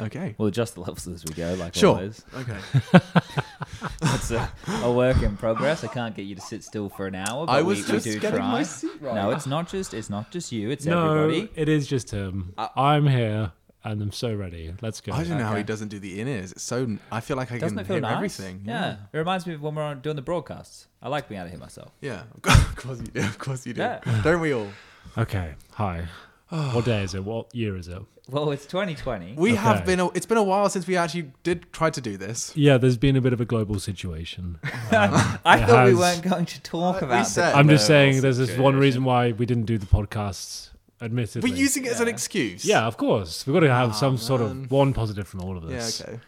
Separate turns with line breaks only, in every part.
Okay.
We'll adjust the levels as we go, like
Sure.
always.
Okay.
It's a, a work in progress. I can't get you to sit still for an hour, but
I was
we,
just
we do
getting
try.
my seat right.
No, it's not just it's not just you. It's
no,
everybody. Uh,
it is just him. I'm here and I'm so ready. Let's go.
I don't know how he
Okay.
doesn't do the in ears. It's so. I feel like I
Doesn't
can
it feel
hear
nice?
everything.
Yeah. it reminds me of when we're on, doing the broadcasts. I like being able to hear myself.
Yeah. of course you do. Of course you do.
Yeah.
Don't we all?
Okay. Hi. what day is it? What year is it?
Well, it's 2020.
We have
Okay.
been. A, it's been a while since we actually did try to do this.
Yeah, there's been a bit of a global situation.
I
It
thought we
has-
weren't going to talk
At
about
least
the
that-
I'm just
global
saying there's this one
situation.
reason why we didn't do the podcasts, admittedly.
We're using it as an
Yeah.
excuse.
yeah, of course. We've got to
Ah,
have some sort
man.
of one positive from all of
Yeah.
this.
Okay.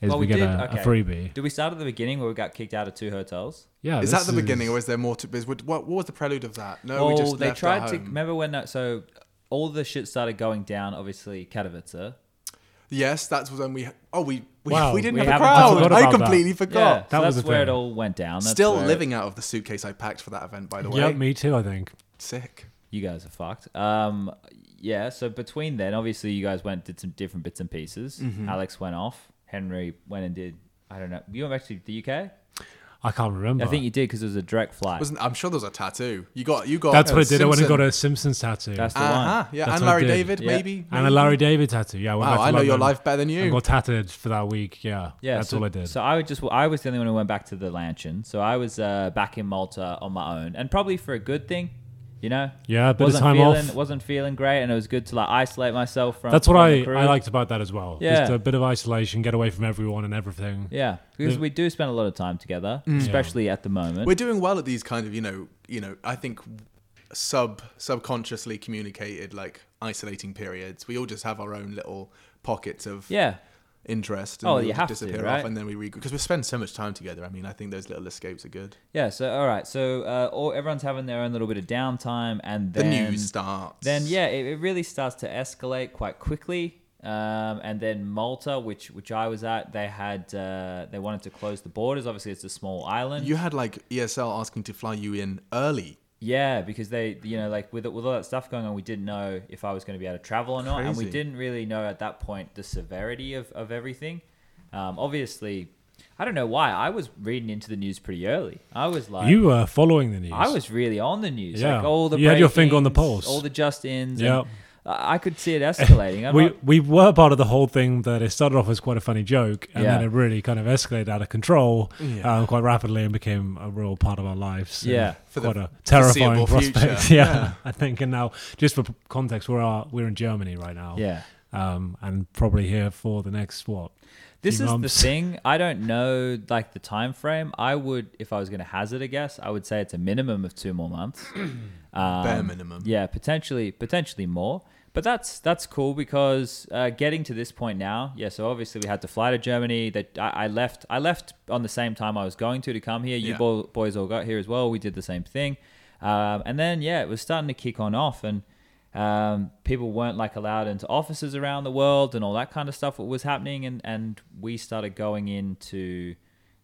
Is
Well,
we,
we
get
did-
a,
okay.
a freebie.
Did we start at the beginning where we got kicked out of two hotels?
Yeah.
Is
this
that the beginning, or is there more to? Is, what, what was the prelude of that? No,
well,
we just
they
left
tried
our
to
home.
remember when that so all the shit started going down. Obviously, Katowice.
Yes, that was when we. Oh, we we,
Wow,
we didn't
we
have a
haven't- I
crowd.
forgot
I,
about that.
completely
Yeah,
forgot.
That
so
was
that's
the
where it
thing.
all went down. That's
Still
where-
living out of the suitcase I packed for that event, by the way.
yeah, me too, I think.
Sick.
You guys are fucked. Um, yeah. So between then, obviously, you guys went did some different bits and pieces. Alex went off. Henry went and did. I don't know. You went back to the UK.
I can't remember.
I think you did because it was a direct flight.
Wasn't I'm sure there was a tattoo. You got you got.
That's what I did. I went and
Simpson.
got a Simpsons tattoo.
That's the
Uh-huh,
one.
yeah,
That's
and
what I
Larry
did.
David,
Yeah.
maybe.
and a
maybe.
Larry David tattoo. Yeah, I went
Wow,
back to
I know your
London
life better than
and
you.
got tattooed for that week. Yeah,
Yeah,
that's
so,
all I did.
So I was just I was the only one who went back to the lantern. So I was uh, back in Malta on my own, and probably for a good thing, you know.
Yeah, a bit of
wasn't
time
feeling,
off.
Wasn't feeling great, and it was good to like isolate myself from.
that's what
from
I,
the crew.
I liked about that as well. Just
Yeah.
a bit of isolation, get away from everyone and everything.
Yeah, because
The-
we do spend a lot of time together, especially at the moment.
We're doing well at these kind of you know you know I think sub subconsciously communicated like isolating periods. We all just have our own little pockets of
yeah,
interest.
Oh,
we all
you
just
have to,
disappear off
right?
and then we regroup because we spend so much time together. I mean, I think those little escapes are good.
yeah. So all right, so uh, all, everyone's having their own little bit of downtime, and
The
then
news starts.
Then yeah, it, it really starts to escalate quite quickly. Um, and then Malta, which which I was at, they had uh, they wanted to close the borders. Obviously, it's a small island.
you had like ESL asking to fly you in early.
Yeah, because they, you know, like with with all that stuff going on, we didn't know if I was going to be able to travel or not, and we
Crazy.
didn't really know at that point the severity of of everything. Um, obviously, I don't know why I was reading into the news pretty early. I was like,
You were following the news.
I was really on the news.
Yeah.
like all the
You had your finger on the
breakings,
pulse.
all the just ins.
Yeah.
and I I could see it escalating. I'm
We,
not-
we were part of the whole thing that it started off as quite a funny joke and
Yeah.
then it really kind of escalated out of control um, quite rapidly and became a real part of our lives. and
Yeah.
For the
quite a terrifying
foreseeable
prospect.
future.
Yeah,
Yeah.
I think. And now, just for p- context, we're are, we're in Germany right now.
yeah.
um, and probably here for the next what?
This
few
is
months.
the thing. I don't know like the time frame. I would, if I was going to hazard a guess, I would say it's a minimum of two more months. Um,
Bare minimum.
Yeah, potentially, potentially more. But that's that's cool because uh, getting to this point now, yeah. So obviously we had to fly to Germany. That I, I left, I left on the same time I was going to to come here. You
Yeah.
bo- boys all got here as well. We did the same thing, um, and then yeah, it was starting to kick on off, and um, people weren't like allowed into offices around the world and all that kind of stuff. What was happening, and and we started going into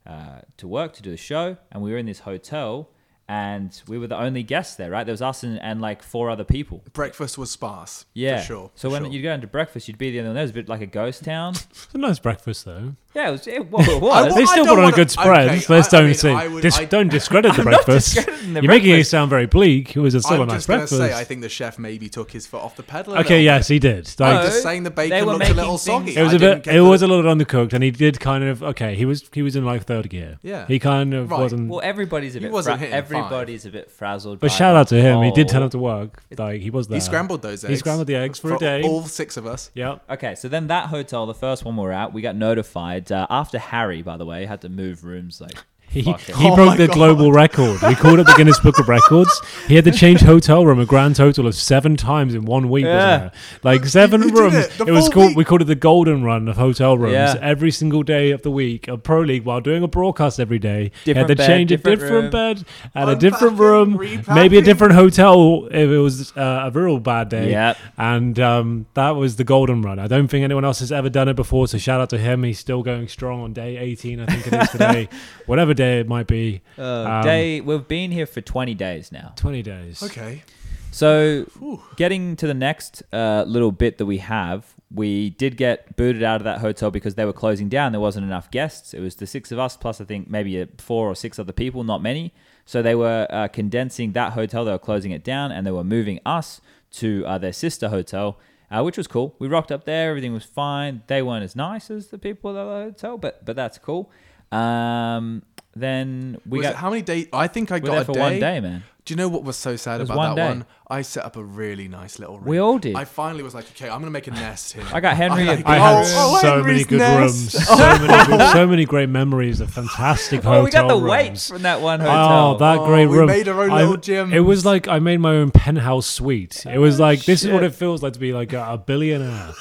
uh, to work to do the show, and we were in this hotel, and we were the only guests there, right? There was us and, and like four other people.
Breakfast was sparse.
Yeah,
For sure.
So
for
when
sure.
you'd go into breakfast, you'd be the only one there. It was a bit like a ghost town.
It's a nice breakfast though.
yeah, it was. It, well, it
I
was.
wa-
they still
don't
put on
wanna-
a good spread.
okay,
Let's
I- I
don't
mean,
say
I would-
dis-
I-
don't discredit the
I'm not
breakfast.
discrediting the
You're making it
breakfast.
sound very bleak. It was a still a
I'm
nice
just going to
breakfast.
say, I think the chef maybe took his foot off the pedal. a
okay,
little
yes, he did. Like,
I'm
No,
just saying the
they
bacon
were
looked a little
making
soggy.
things-
it was
I
a
didn't
bit.
get
It
the-
was a little undercooked, and he did kind of okay. He was he was in like third gear.
Yeah.
he kind of
Right.
wasn't.
Well, everybody's a bit.
wasn't
fra-
hitting five.
everybody's a bit frazzled.
but
by
shout
the
out to him. He did turn
whole-
up to work. Like he was there.
Oh. He scrambled those eggs.
He scrambled the eggs for, a day.
All six of us.
Yep.
Okay, so then that hotel, the first one we were at, we got notified uh, after Harry, by the way, had to move rooms. Like,
He,
fuck it.
he
Oh my
broke the
God.
global record. We called it the Guinness Book of Records. He had to change hotel room a grand total of seven times in one week.
Yeah.
Wasn't it? Like seven
you did
rooms.
it, the
was
full
called
week.
we called it the golden run of hotel rooms.
Yeah.
Every single day of the week of Pro League while doing a broadcast every day.
Different
he had to
bed,
change
different
a different
room.
bed and a
Unpacking,
different room. Maybe
repacking.
a different hotel if it was uh, a real bad day.
Yep.
And um, that was the golden run. I don't think anyone else has ever done it before. So shout out to him. He's still going strong on day 18, I think it is today, whatever day it might be.
Oh.
Um,
day we've been here for 20 days now.
20 days.
Okay.
So
Whew.
getting to the next uh, little bit that we have we did get booted out of that hotel because they were closing down. There wasn't enough guests. It was the six of us plus I think maybe uh, four or six other people, not many. So they were uh, condensing that hotel. They were closing it down and they were moving us to uh, their sister hotel, uh, which was cool. We rocked up there. Everything was fine. They weren't as nice as the people at the other hotel, but but that's cool. Um, then we
Was
got
it- how many days? I think I
we
got
were there
a
for
day.
one day, man.
Do you know what was so sad
was
about
one
that
day.
one? I set up a really nice little room.
We all did.
I finally was like, okay, I'm gonna make a nest here.
I got Henry a
I
big
had
Oh,
oh,
so many
Henry's
good
nest. Oh,
rooms, so many, good, so many great memories of fantastic
Oh,
hotel
we got the
rooms.
weights from that one hotel.
Oh, that
Oh,
great
we
room!
made our own
I-
little gym.
It was like I made my own penthouse suite. It was like this is what
shit.
it feels like to be like a, a billionaire.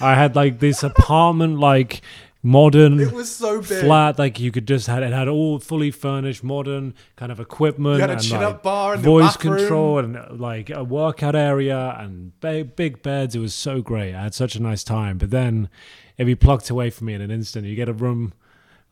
I had like this apartment, like modern.
It was so big.
Flat, like you could just had it had all fully furnished, modern kind of equipment.
You had a
and,
chin-up
like,
bar in the
voice
bathroom.
control and uh, like a workout area and ba- big beds. It was so great. I had such a nice time. But then it'd be plucked away from me in an instant. You get a room,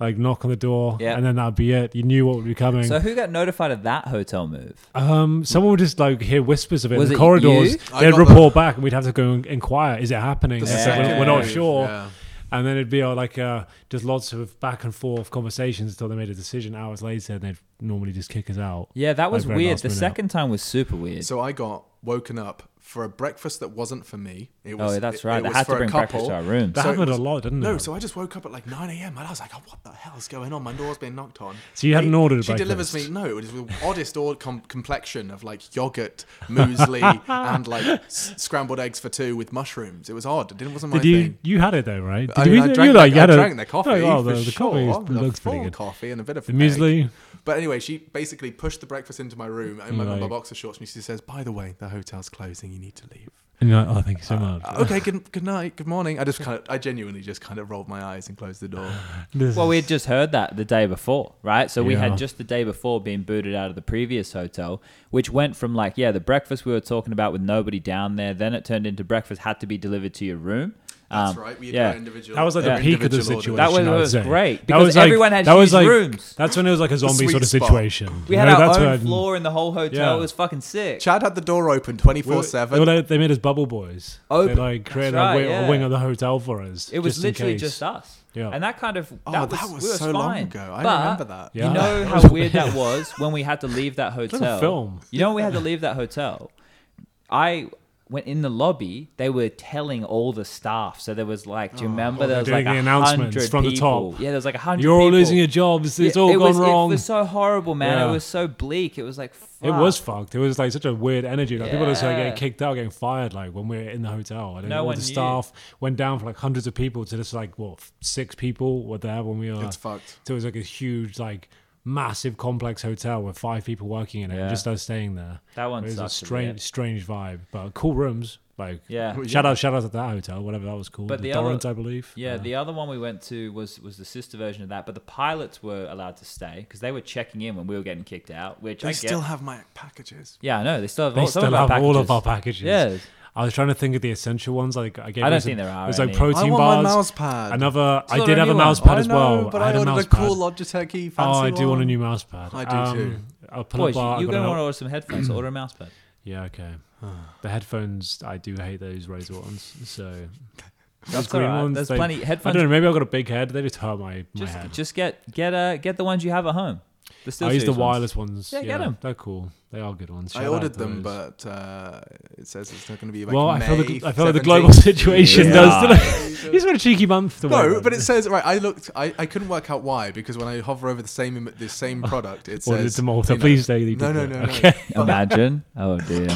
like knock on the door,
Yeah.
and then that'd be it. You knew what would be coming.
So who got notified of that hotel move?
Um, someone would just like hear whispers of it
Was
in
it
the corridors.
you?
I
They'd
got
report back, and we'd have to go and inquire: Is it happening?
The
It's like,
second
we're, we're not
wave,
sure.
yeah.
And then it'd be uh, like uh, just lots of back and forth conversations until they made a decision hours later, and they'd normally just kick us out.
Yeah, that was
Like, very
weird.
last
The
minute.
second time was super weird.
So I got woken up for a breakfast that wasn't for me. It
Oh,
was,
that's
it-
right.
It
They
was
had to
for a
bring breakfast
couple.
to our rooms.
That
So it
happened
was-
a lot, didn't
No,
it?
so I just woke up at like 9 a.m. and I was like, oh, what the hell's going on? My door's been knocked on.
So you hadn't
He-
ordered a
She delivers me,
breakfast?
no, it was the oddest odd com- complexion of like yogurt, muesli, and like s- scrambled eggs for two with mushrooms. It was odd. It didn't- wasn't my
Did you
thing.
you had it though, right? Did
I
you,
mean, I
you
drank,
like
their-
you had
I
a-
drank their coffee.
Oh, the,
for
the
sure.
coffee
The
looks pretty
full
good.
coffee and a bit of
The
egg.
muesli.
But anyway, she basically pushed the breakfast into my room and my, my
Right.
boxer shorts, and she says, "By the way, the hotel's closing. You need to leave."
And you're like, oh, thank you so much.
Uh, okay, good good night, good morning. I just kind of, I genuinely just kind of rolled my eyes and closed the door.
This
well,
is-
we had just heard that the day before, right? So we
Yeah.
had just the day before been booted out of the previous hotel, which went from like, yeah, the breakfast we were talking about with nobody down there. Then it turned into breakfast had to be delivered to your room.
That's
Um,
right. We had
yeah.
our individual.
That was like
our
the peak of the
individual orders.
situation.
That was-
I would
was
say.
great,
That
because
was like,
everyone had
that was
huge
like,
rooms.
That's when it was like a zombie
sweet
sort of
spot.
situation.
We
You
had
know,
our
that's
own
when-
floor in the whole hotel.
Yeah.
It was fucking sick.
Chad had the door open twenty
we
four
were- They, were
seven.
like, they made us bubble boys.
Oh,
they like created
that's
a, wing,
right,
a
yeah.
wing of the hotel for us.
It was
just in
literally
case.
just us.
Yeah.
And that kind of that,
Oh,
was,
that was
we were
so long
fine.
ago. I
But
remember that.
Yeah.
You know
That
how
was
weird that was when we had to leave that hotel.
film.
You know when we had to leave that hotel. I went in the lobby. They were telling all the staff. So there was like, do you remember
Oh,
there
they're
was like
doing
a
the announcements
hundred
from the
people.
top.
Yeah, there was like a hundred.
You're all
people.
losing your jobs. It's
Yeah,
all
it
gone
was,
wrong.
It was so horrible, man.
Yeah.
It was so bleak. It was like fuck.
It was fucked. It was like such a weird energy. Like people just like
Yeah.
getting kicked out, getting fired. Like when we were in the hotel, and then
No
all
one
the
knew.
staff went down for like hundreds of people to just like what six people were there when we were.
It's fucked.
So it was like a huge, like massive complex hotel with five people working in it,
Yeah.
and just us staying there.
That one
It was a
sucked a
strange,
bit.
strange vibe, but cool rooms. Like
Yeah. Well,
shout out, shout out to that hotel, whatever that was called.
But the
the,
other-
Dorrance, I believe.
Yeah, the other one we went to was was the sister version of that, but the pilots were allowed to stay because they were checking in when we were getting kicked out. Which
They
I
still
get.
have my packages.
Yeah, I know they still have,
they
all, some
still have
of our
all of
packages.
our packages.
Yes.
I was trying to think of the essential ones. Like I gave
I don't
you some-
think there are
It was like
any.
I
protein
want
bars.
my mouse pad.
Another.
not
I
a
did have
new
a
one.
mouse pad
I
as
know,
well.
but
I
I,
had a
ordered
mouse
a cool
pad.
Logitech-y fancy
Oh, I do want a
one.
new mouse pad.
I do
Um,
too.
I'll put
Boys,
a bar.
you,
I've
you going
got Mm-hmm. an
to
al-
want to order some headphones? order a mouse pad.
Yeah, okay. the headphones, I do hate those razor ones. So
That's
green
alright.
ones,
There's
they-
plenty
I
headphones.
don't know. Maybe I've got a big head. They just hurt my, my
just
head.
just get get uh get the ones you have at home. The Steel
I use the
Series ones.
wireless ones.
Yeah, get 'em.
They're cool. They are good ones.
I
Shout out
ordered
to
them,
those.
but uh, it says it's not going to be like
well, I
May
feel the, I feel like the
17th.
global situation
Yeah.
does. doesn't it? He's got a cheeky month. To
No,
wait,
but it says right. I looked. I, I couldn't work out why because when I hover over the same im- the same product, it
Oh, Ordered
says
to Malta.
you know-
Please say you
No, no,
did that.
no, no.
Okay.
Imagine. Oh dear.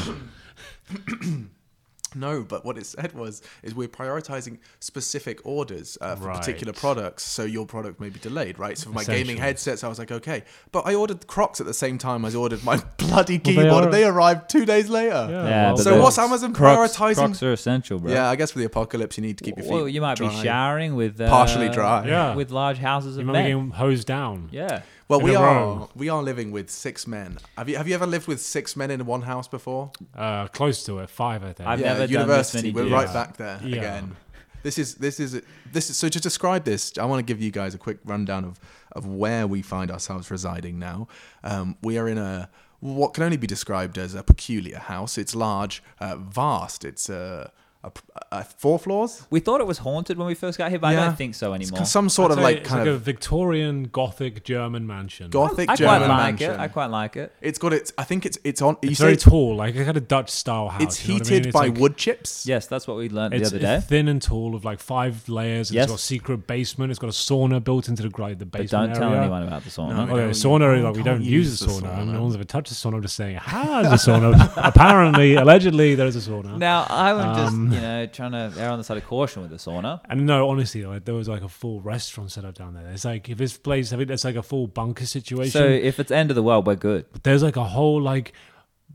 No, but what it said was is we're prioritizing specific orders uh, for
Right.
particular products, so your product may be delayed, right? So for my gaming
Essential.
headsets, I was like, okay, but I ordered Crocs at the same time as ordered my bloody
they
keyboard,
are-
and they arrived two days later.
Yeah.
Yeah.
well,
but
So
they're-
what's Amazon
Crocs,
prioritizing-
Crocs are essential, bro.
Yeah, I guess for the apocalypse, you need to keep your feet.
Well, you might
dry.
be showering with uh,
Partially dry.
Yeah.
with large houses of
You might be
men.
getting hosed down.
Yeah.
Well,
in
we
a
are
row.
we are living with six men. Have you have you ever lived with six men in one house before?
Uh, close to it. Five, I think.
I've
yeah,
never done this
university.
many
We're
deals.
right back there
Yeah.
again. This is this is this is so to describe this. I want to give you guys a quick rundown of of where we find ourselves residing now. Um, we are in a what can only be described as a peculiar house. It's large, uh, vast. It's a, a, uh, four floors.
We thought it was haunted when we first got here, but I
Yeah.
don't think so
It's
anymore.
ca- some sort
I'd
of
say
like
it's
kind
like a
of
Victorian Gothic German mansion.
gothic
I quite
German
like
mansion.
it. I quite like it.
it's got its. I think it's it's on. You
It's
say
very
it's,
tall, like a kind of Dutch style house.
it's
you know what I
heated
mean? It's
by
like-
wood chips.
Yes, that's what we learned the
It's,
other day.
it's thin and tall, of like five layers. and
Yes.
It's got a secret basement. It's got a sauna built into the, gr- like, the
But
basement
don't tell
area.
anyone about the sauna.
No.
Oh,
We
yeah,
don't-
sauna, like we
can't
don't use
use
a
the
sauna.
sauna.
No one's ever touched a sauna. I'm just saying, has a sauna. Apparently, allegedly, there is a sauna.
Now I was just,
Um,
you know, trying to err on the side of caution with the sauna.
And no, honestly, like there was like a full restaurant set up down there. It's like if this place, I mean, it's like a full bunker situation.
So if it's end of the world, we're good.
there's like a whole like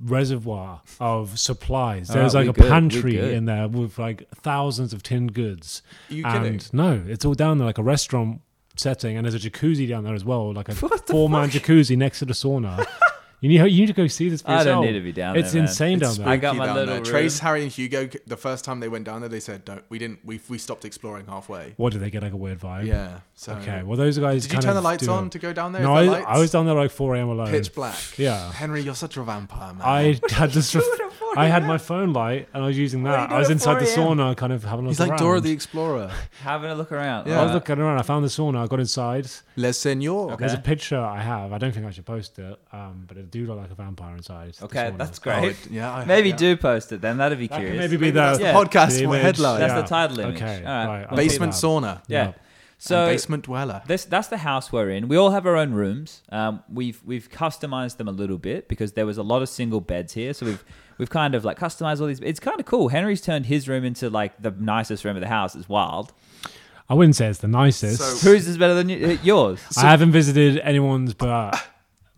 reservoir of supplies.
Ah,
There's
Alright,
like a
we good, we
pantry
good.
in there with like thousands of tinned goods.
You
and
kidding?
no, it's all down there like a restaurant setting, and there's a jacuzzi down there as well, like a four man jacuzzi next to the sauna. you need you need to go see this. For
I don't
yourself.
need to be down
It's
there, man.
insane
It's
down
I
there.
got
spooky
my
down
little
there. Trace, Harry, and Hugo. The first time they went down there, they said, "Don't." We didn't. We we stopped exploring halfway.
What do they get like a weird vibe?
Yeah. So
Okay. Well, those guys.
Did you
kind
turn the
of
lights
do
on
it.
to go down there?
No,
Is
I,
there
I was down there like 4 a.m. alone.
pitch black.
Yeah.
Henry, you're such a vampire man.
I had this.
doing at 4
I had
a.m.?
my phone light and I was using
are you
that. I
doing
was
at
inside the
4 a.m.?
sauna, kind of having a look
He's like
around.
Dora the Explorer.
Having a look around.
Yeah.
I
All
was
right.
looking around. I found the sauna. I got inside.
Le Senor.
Okay.
There's a picture I have. I don't think I should post it, um, but it do look like a vampire inside. the
Okay,
sauna.
that's
Oh,
great.
it- yeah. I-
Maybe
yeah.
do post it then. That'd be
That could
curious.
maybe be
Maybe that's
the
the,
podcast headline.
That's the title image.
Okay.
All right.
right, I'll
Basement
do that.
sauna.
yeah.
yeah.
and
So
basement dweller.
this that's the house we're in. We all have our own rooms. Um, we've we've customized them a little bit because there was a lot of single beds here. So we've we've kind of like customized all these. It's kind of cool. Henry's turned his room into like the nicest room of the house. It's wild.
I wouldn't say it's the nicest.
So-
Whose is better than y- uh, yours?
I haven't visited anyone's but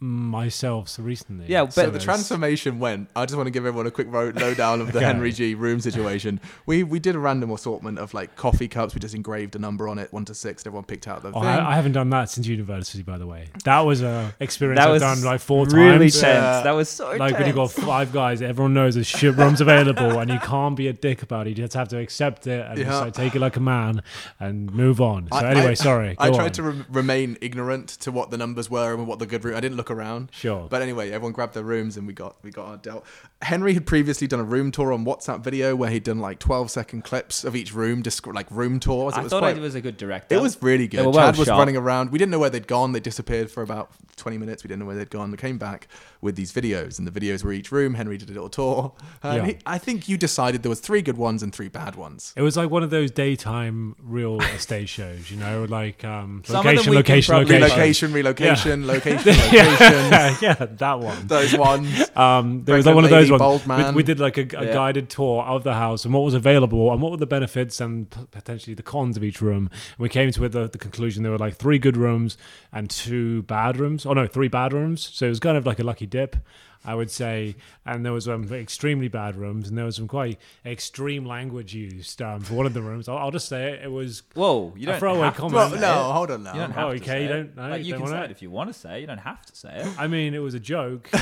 myself so recently.
Yeah, but-
So
So
the
there's-
transformation went. I just want to give everyone a quick ro- lowdown of the
Okay.
Henry G room situation. We we did a random assortment of like coffee cups. We just engraved a number on it, one to six. And everyone picked out the
Oh,
thing.
I, I haven't done that since university, by the way. That was a experience
That
I've
was
done like four
really
times.
tense.
Yeah.
That was so
like when you got
tense.
five guys, everyone knows there's shit rooms available, and you can't be a dick about it. You just have to accept it and
Yeah.
just like, take it like a man and move on. So
I-
anyway,
I-
sorry.
I
go
tried
on.
to re- remain ignorant to what the numbers were and what the good room. I didn't look around.
Sure.
But anyway, everyone grabbed their rooms and we got we got our dealt. Henry had previously done a room tour on WhatsApp video where he'd done like 12 second clips of each room, just like room tours. It
I
was
thought
quite,
I was a good director.
It was really
They
good.
were well
Chad was
shot.
running around. We didn't know where they'd gone. They disappeared for about 20 minutes. We didn't know where they'd gone. They came back with these videos, and the videos were each room. Henry did a little tour. And
Yeah.
he- I think you decided there was three good ones and three bad ones.
It was like one of those daytime real estate shows, you know, like um,
Some of them
location,
we can
location,
probably-
location,
Relocation, relocation, location, location.
yeah, yeah, that one.
Those ones.
Um, there was
Pregnant
like one of those
lady, bald
ones. We,
man.
we did like a, a
Yeah.
guided tour of the house and what was available and what were the benefits and p- potentially the cons of each room. And we came to the, the conclusion there were like three good rooms and two bad rooms. Oh no, three bad rooms. So it was kind of like a lucky dip, I would say. And there was um, extremely bad rooms and there was some quite extreme language used um, for one of the rooms. I'll, I'll just say it, it was.
Whoa, you
A
don't
throwaway
have to
comment.
Well,
say
no,
it.
hold on now.
You don't
Oh,
have to
okay,
say
you
it.
don't- no,
like,
you
you
don't
can
wanna-
say it if you want to say it. You don't have to say it.
I mean, it was a joke. I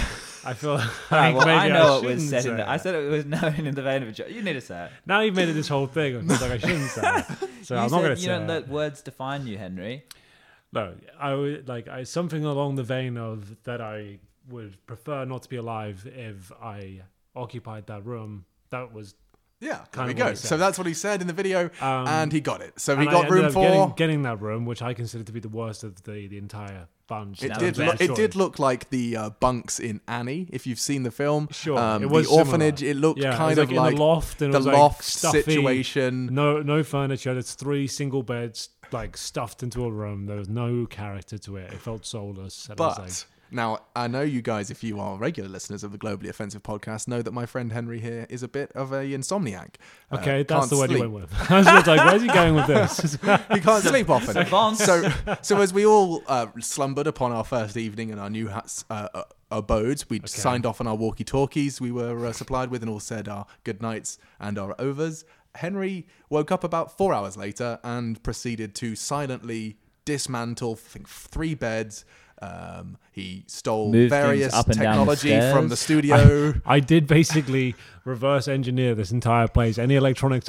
feel. Like
Alright, well,
maybe
I know it was
shouldn't
said
say
in the, I
that.
said it was known in the vein of a joke. You need to say it.
Now you've made it this whole thing. It's like I shouldn't say it. So
you
I'm
said
not going to
you
say
don't
it.
let words define you, Henry.
No, I would like I, something along the vein of that I would prefer not to be alive if I occupied that room. That was
Yeah, there
Kinda
we
what
go.
he
So
said.
that's what he said in the video,
Um,
and he got it. So he
and I
got
ended
room
up
four.
Getting, getting that room, which I consider to be the worst of the the entire bunch.
It
That
did.
was
Lo-
bad
it did look like the uh, bunks in Annie, if you've seen the film.
Sure,
um,
it was
the orphanage.
similar.
It looked
Yeah, it
kind
was
of
like in the
like
loft, and it
the
was like
loft
stuffy.
situation.
No, no furniture. There's three single beds like stuffed into a room. There was no character to it. It felt soulless. And I was
But now I know you guys, if you are regular listeners of the Globally Offensive podcast, know that my friend Henry here is a bit of a insomniac. Uh,
like, okay, that's
can't
the word you
sleep.
went with. I was just like, where's he going with this?
He can't sleep often.
Savants.
So, so as we all uh, slumbered upon our first evening in our new hats, uh, uh, abodes, we signed off on our walkie-talkies we were uh, supplied with, and all said our good nights and our overs. Henry woke up about four hours later and proceeded to silently dismantle, I think, three beds. Um, he stole
Move things
various
up and down the
technology from the
stairs.
studio.
I did basically reverse engineer this entire place. Any electronics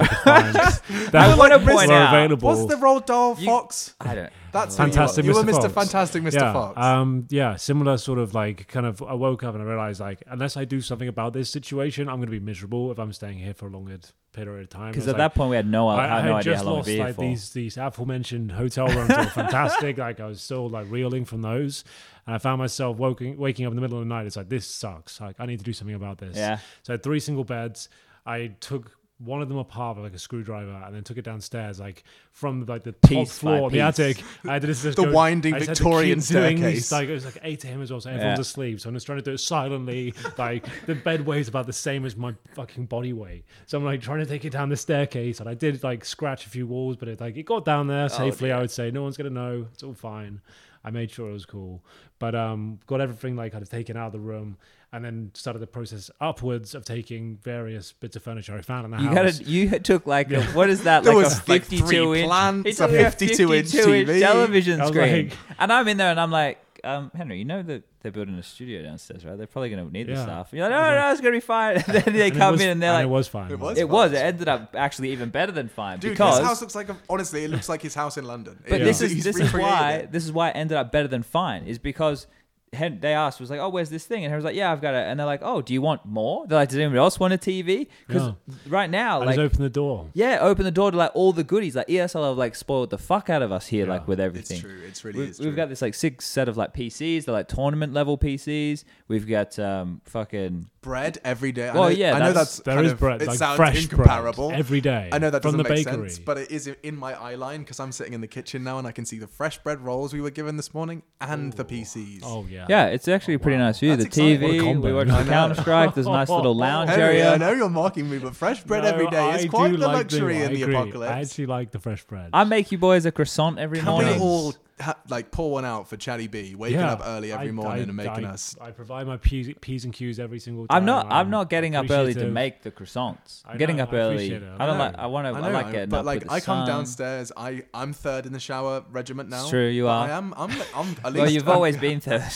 I could find that
I wanna point
were
out-
available.
What's the role doll
You-
Fox?
I don't.
That's
Fantastic
who you are. You
Mr.
were Mr.
Fox.
Fantastic Mr.
Yeah,
Fox.
Um, yeah, similar sort of like kind of. I woke up and I realized like unless I do something about this situation, I'm going to be miserable if I'm staying here for a longer period of time.
Because
It was
at
like,
that point we had no, I,
I, I
had
had
no idea
just
how long we'd
lost
be here
like
for.
these these aforementioned hotel rooms were fantastic. like I was still like reeling from those, and I found myself waking waking up in the middle of the night. It's like this sucks. Like I need to do something about this.
Yeah.
So I had three single beds. I took one of them apart with like a screwdriver, and then took it downstairs, like from like the top
Piece by
floor, the
piece.
attic. I had to just
The
go-
winding
I just had to
Victorian
keep doing
staircase.
these, Like it was like 8 a.m. as well, so everyone's
Yeah.
asleep. So I'm just trying to do it silently. Like the bed weighs about the same as my fucking body weight. So I'm like trying to take it down the staircase, and I did like scratch a few walls, but it like it got down
Oh,
there safely. I would say no one's gonna know. It's all fine. I made sure it was cool, but um, got everything like kind of taken out of the room, and then started the process upwards of taking various bits of furniture I found in the
You
house.
got you took like a, what is that
There
like
was,
a
like,
fifty-two
three
inch
plants,
He
a
took
52 inch
52 inch
TV.
television
I was
screen,
like-
and I'm in there and I'm like, um, Henry, you know that they're building a studio downstairs, right? They're probably gonna need the
Yeah.
stuff. You're like, no, no, it's gonna be fine. And then they
And it
come
was-
in and they're
it
like,
was fine.
It was?
it was. It ended up actually even better than fine
Dude,
because.
this house looks like a, honestly, it looks like his house in London.
but
It-
this
he's-
is
he's
this is
recreated
why
it.
this is why it ended up better than fine is because. Hen- they asked, was like, oh, where's this thing? And Henry was like, yeah, I've got it. And they're like, oh, do you want more? They're like, does anyone else want a TV? Because
No.
right now,
I
like,
just opened the door.
Yeah, open the door to like all the goodies. Like ESL have like spoiled the fuck out of us here, like with everything.
It's true. It's really
We-
is
We've,
true.
got this like six set of like PCs. They're like tournament level PCs. We've got um fucking
bread every day. I
Well,
know,
yeah,
I know
that's-
that's,
There
kind
is
of,
bread,
It
like
sounds
fresh bread
incomparable
every day
I know that
from
doesn't
the
make
bakery.
sense, but it is in my eye line because I'm sitting in the kitchen now and I can see the fresh bread rolls we were given this morning and the PCs.
Oh yeah.
yeah. It's actually a pretty nice view.
That's
the
exciting. What a
TV.
combo.
We watch
I know.
Counter Strike. There's a nice little lounge
Henry, I
area.
know you're mocking me, but fresh bread
No,
every day
I
is
do
quite the
like the-
luxury
I
in the
agree. I
apocalypse.
actually like the fresh bread.
I make you boys a croissant every
Can
morning.
we all ha- like pour one out for Chatty B, waking
Yeah.
up early every
I-
morning
I-
and making
I-
us?
I provide my P's, P's and Q's every single time.
I'm not. I'm not getting up early to
appreciative.
make the croissants.
I
I'm getting
know,
up
I
early.
appreciate it.
I don't
I
like.
know.
I want to. I, like getting
but
up.
like
with the
I come
sun.
downstairs, I I'm third in the shower regiment now.
It's true, you
but
are.
I am. I'm. I'm at least.
Well, you've always been there.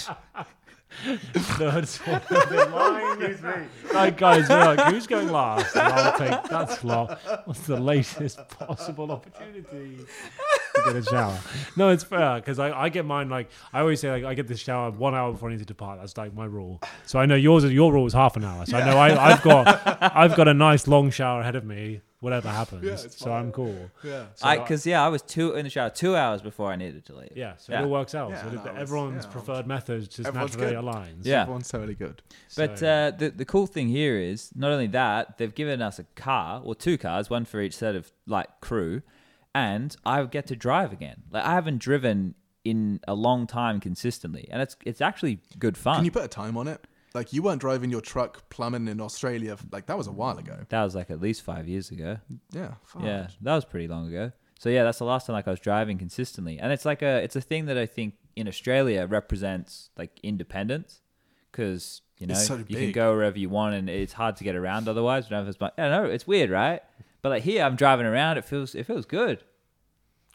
Nerds all over the line. Like guys, we're like, who's going last? And I'll take that slot. What's the latest possible opportunity to get a shower? No, it's fair because I, I get mine like I always say like I get the shower one hour before I need to depart. That's like my rule. So I know yours your rule is half an hour. So I know I, I've got I've got a nice long shower ahead of me. Whatever happens,
it's
so I'm cool.
Yeah.
I
I-
because yeah, I was two in the shower two hours before I needed to leave.
Yeah, so
Yeah.
it all works out.
Yeah,
so
no, it's-
everyone's
yeah.
preferred method just
Everyone's
naturally
good.
aligns.
Yeah.
Everyone's totally good.
But
So-
uh, the the cool thing here is not only that they've given us a car or two cars, one for each set of like crew, and I get to drive again. Like I haven't driven in a long time consistently, and it's it's actually good fun.
Can you put a time on it? Like you weren't driving your truck plumbing in Australia. Like that was a while ago.
that was like at least five years ago.
Yeah.
Oh,
fuck.
Yeah, that was pretty long ago. So yeah, that's the last time like I was driving consistently, and it's like a it's a thing that I think in Australia represents like independence, because you know
It's so
you can
big.
go wherever you want, and it's hard to get around otherwise. You don't have as much. I don't know. It's weird, right? But like here, I'm driving around. It feels it feels good.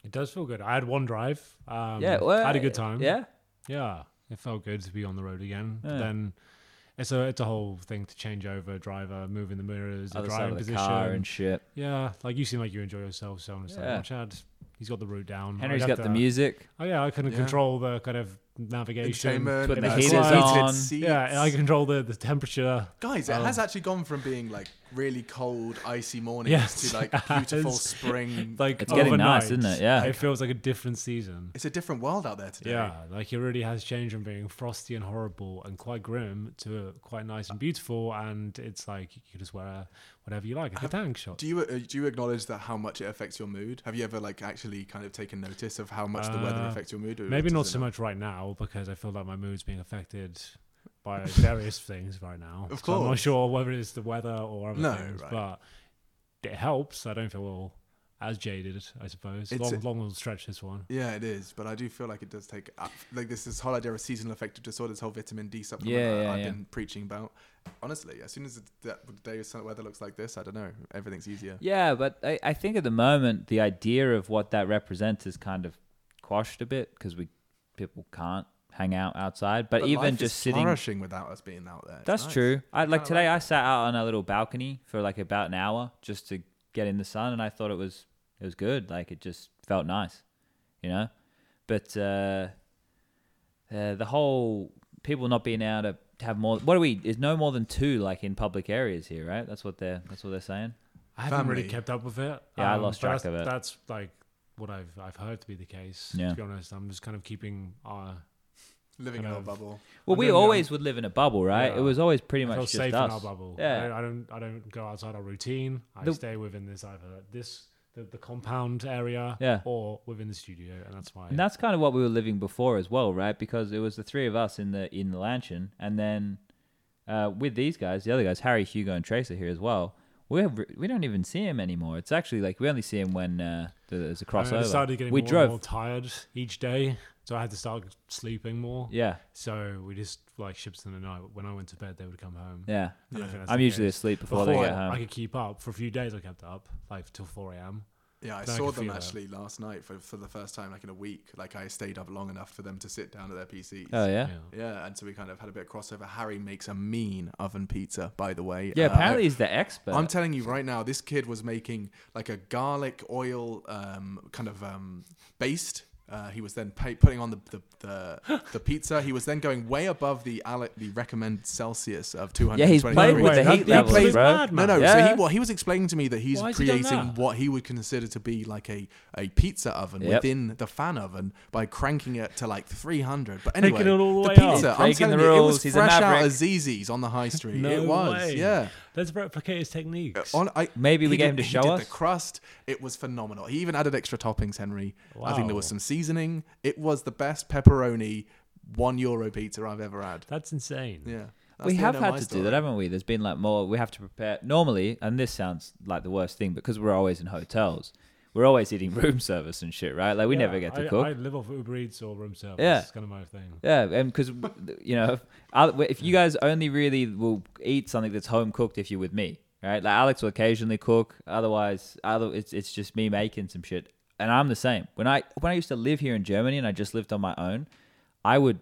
It does feel good. I had one drive. Um,
Yeah, well,
I had a good time.
Yeah,
yeah, it felt good to be on the road again. But then it's a it's a whole thing to change over driver, moving the mirrors, the
other side
driving
of the
position.
car and shit.
yeah, like you seem like you enjoy yourself. So I'm just
Yeah.
like, oh, Chad, he's got the route down.
Henry's
I'd
got the
have to-
music.
Oh yeah, I couldn't
Yeah.
control the kind of navigation.
Entertainment.
Putting the
uh,
heaters
heated
on. Oh.
seats.
Yeah, and I control the, the temperature.
Guys, it has actually gone from being like really cold, icy mornings
Yes,
to like
it has.
beautiful spring.
Like
It's getting nice,
overnight.
isn't it? Yeah.
it feels like a different season.
it's a different world out there today.
Yeah, like it really has changed from being frosty and horrible and quite grim to quite nice and beautiful. And it's like you can just wear whatever you like. It's a tank shot.
Do you uh, do you acknowledge that how much it affects your mood? Have you ever like actually kind of taken notice of how much the weather
Uh,
affects your mood? or
Maybe not
does it
so much right now because I feel like my mood's being affected by various things right now.
Of
So I'm not
course.
sure whether it's the weather or other
No,
things,
right.
but it helps. I don't feel as jaded, I suppose.
It's
long,
a-
long will stretch this one.
Yeah, it is, but I do feel like it does take uh, like this this whole idea of seasonal affective disorder, this whole vitamin D supplement
Yeah,
that
yeah,
I've
yeah.
been preaching about. Honestly, as soon as the, that- the day of sun- weather looks like this, I don't know, everything's easier.
Yeah, but I, I think at the moment the idea of what that represents is kind of quashed a bit because we people can't hang out outside. But,
But
even
life
just
is
sitting
flourishing without us being out there. It's
That's
nice.
true. I like
Kinda
today.
like
I sat out on a little balcony for like about an hour just to get in the sun, and I thought it was it was good. Like it just felt nice, you know. But uh, uh, the whole people not being able to have more. What are we? Is no more than two like in public areas here, right? That's what they're that's what they're saying.
I haven't really
Family.
kept up with it. Um,
Yeah, I lost
but
track
that's-
of it.
That's like what I've I've heard to be the case.
Yeah.
To be honest, I'm just kind of keeping uh, our
living in
kind
our
of-
bubble.
Well,
I
we
don't know.
always would live in a bubble, right?
Yeah.
It was always pretty
I
much
feel
just
safe
us.
in our bubble.
Yeah.
I, I don't I don't go outside our routine. I
The-
stay within this either this the, the compound area
Yeah.
or within the studio, and that's why.
And that's kind of what we were living before as well, right? Because it was the three of us in the in the mansion, and then uh, with these guys, the other guys, Harry, Hugo, and Trace are here as well. We have, we don't even see him anymore. It's actually like we only see him when uh, th- there's a
I mean,
crossover.
I Oh, started getting
we
more
drove,
and more tired each day, so I had to start sleeping more.
yeah,
So we just like ships in the night. When I went to bed, they would come home.
yeah.
And I
Yeah.
think that's
I'm
the
usually
case.
asleep before, they
Before
get
I-
home.
I could keep up for a few days. I kept up like till 4 a.m.
Yeah, I
No,
saw
I can
them
feel that.
actually last night for, for the first time, like in a week. Like I stayed up long enough for them to sit down at their PCs.
oh yeah,
Yeah.
Yeah, and so we kind of had a bit of crossover. Harry makes a mean oven pizza, by the way.
yeah.
Uh,
apparently he's the expert.
I'm telling you right now, this kid was making like a garlic oil um, kind of um, baste. Uh, he was then pa putting on the the, the the pizza. He was then going way above the ale- the recommend Celsius of 220.
yeah, he's played
No
with
way,
the
that-
heat
that
levels,
plays
bro.
mad,
no,
man.
no. So
Yeah.
he, what he was explaining to me that he's
Why has he done
creating
that?
what he would consider to be like a, a pizza oven
Yep.
within the fan oven by cranking it to like 300. But anyway,
it
the
all the way up.
pizza, I'm
Breaking
telling
the
you, it
rules,
was
he's a
fresh out
maverick.
of Zzz's on the high street.
No
it was,
way.
yeah.
Let's replicate his techniques.
On, I,
Maybe we
he
get him to
he
show
did
us?
the crust. It was phenomenal. He even added extra toppings, Henry. I think there was
Wow.
some seasoning. It was the best pepperoni one euro pizza I've ever had.
That's insane.
Yeah, That's
we
the end
have
of
had
my
to
story.
do that, haven't we? There's been like more. We have to prepare normally, and this sounds like the worst thing because we're always in hotels. We're always eating room service and shit, right? Like we never get to
I,
cook.
I live off Uber Eats or room service.
Yeah.
It's kind of my thing.
yeah, and because you know, if- Al- if you guys only really will eat something that's home cooked if you're with me, right? Like Alex will occasionally cook. Otherwise, other it's it's just me making some shit, and I'm the same. When I when I used to live here in Germany and I just lived on my own, I would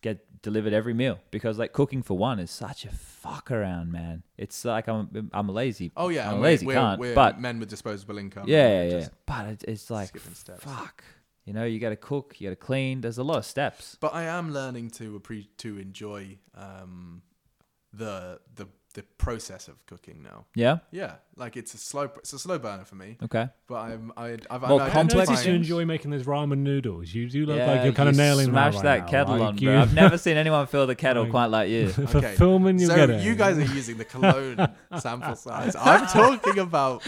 get delivered every meal because like cooking for one is such a fuck around, man. It's like I'm I'm a lazy.
Oh yeah,
I'm a
we're,
lazy
we're,
cunt.
we're
but
men with disposable income.
yeah, yeah,
Just-
yeah. But it, it's like
skipping steps.
fuck. You know, you got to cook, you got to clean. There's a lot of steps.
But I am learning to appre- to enjoy um, the the the process of cooking now.
Yeah.
Yeah, like it's a slow it's a slow burner for me.
Okay.
But I'm I, I've
More
I've
complex
I noticed you
things.
enjoy making those ramen noodles. You do look
yeah,
like you're kind of nailing
smash
that.
that
right
kettle
now.
on,
Like
bro. I've never seen anyone fill the kettle
Like-
quite like you.
you, fulfillment you're
so
getting.
you guys are using the cologne sample size. I'm talking about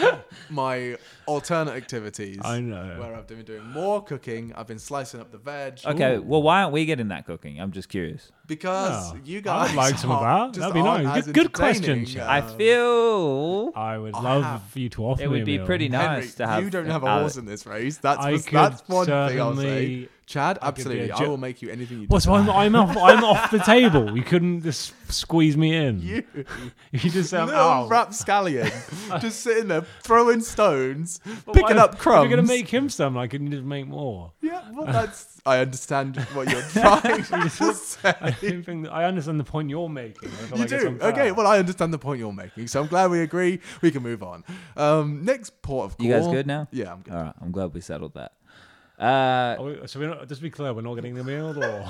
my alternate activities.
I know.
Where I've been doing more cooking. I've been slicing up the veg.
Okay, well, why aren't we getting that cooking? I'm just curious.
Because
Yeah. Oh, I
you
would
guys
like some of
aren't-
that.
just
That'd be
aren't
nice.
as
Good- good question,
entertaining,
Chef.
I
um,
feel
I would
I
love
have-
you to offer
it
me
would
a
be
meal.
pretty
Henry,
nice to have.
you don't have a
Alex.
horse in this race. That's
uh, I
was,
could
that's one thing I'll say.
certainly-
Chad,
I could be a
absolutely, I
jo-
will make you anything you
What? So I'm, I'm off. I'm off the table. You couldn't just squeeze me in.
desire.
You, just "Oh, say,
Little
"Ow."
rapscallion, just sitting there throwing stones,
But
picking
why-
up crumbs.
If you're gonna make him some. I can just make more.
Yeah, well, that's. I understand what you're trying to
I
say.
don't think that, I understand the point you're making. I feel
You
like it's
do.
unfair.
Okay, well, I understand the point you're making, so I'm glad we agree. We can move on. Um, next port of call.
You guys good now?
Yeah, I'm good.
All right, I'm glad we settled that. Uh,
Are we- so we're not, just to be clear, we're not getting the meal, or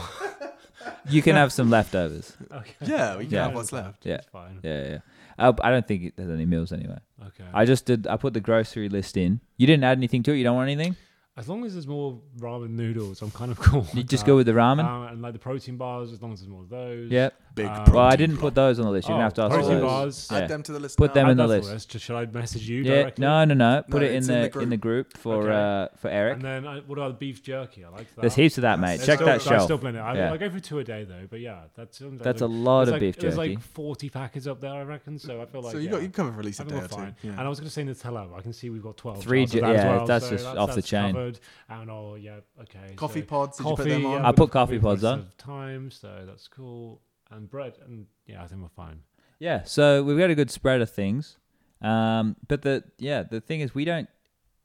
you can have some leftovers.
okay.
Yeah, we can
Yeah.
have what's left.
Yeah.
It's fine.
Yeah, yeah, yeah. Uh, but I don't think it- there's any meals anyway.
Okay.
I just did. I put the grocery list in. You didn't add anything to it. You don't want anything.
as long as there's more ramen noodles, I'm kind of cool.
You just go with the ramen.
um, and like the protein bars, as long as there's more of those.
Yep.
Big.
Um,
Well, I
protein
didn't
block.
put those on the list. You
Oh,
didn't have to ask. for
protein
those.
bars.
Add
Yeah.
them to the list.
Put
now.
them in the
Add that to
list.
Sh- Should I message you
Yeah.
directly?
No, no, no. Put
No,
it in
it's
the, in the group for
Okay.
uh, for Eric.
And then I, what about beef jerky? I like that.
There's heaps of that, mate.
That's-
Check
still,
that
that's
I
shelf.
still blend it. I,
Yeah.
I go for two a day though, but yeah, that's sometimes
That's a
like,
lot
there's
of
like,
beef
There's
jerky.
like 40 packets up there, I reckon. So I feel like
so you
yeah,
got you cover release
I
a
think
day
we're
or two.
fine.
Yeah.
And I was going to say Nutella. I can see we've got 12.
Three
jars of
ju-
that as
yeah,
well,
that's
so
just off the
that's
chain.
Covered. And oh yeah, okay. so-
Coffee pods. Did
coffee.
you put them on?
yeah,
I
we've
put
got-
coffee
we've
pods
got
on.
some Time, so that's cool. And bread, and yeah, I think we're fine.
Yeah, so we've got a good spread of things. Um, but the yeah, the thing is we don't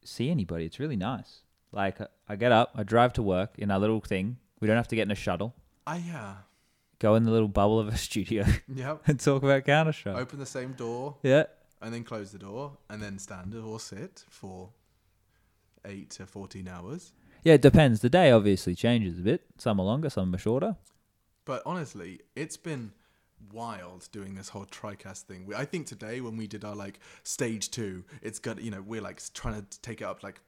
see anybody. uh, It's really nice. Like I- I get up, I drive to work in our little thing. We don't have to get in a shuttle.
I Ah, yeah.
Go in the little bubble of a studio
Yep.
and talk about Counter Strike.
Open the same door
Yeah.
and then close the door and then stand or sit for eight to fourteen hours.
Yeah, it depends. The day obviously changes a bit. Some are longer, some are shorter.
But honestly, it's been wild doing this whole tricast thing. We, I think today when we did our like stage two, it's got you know we're like trying to take it up like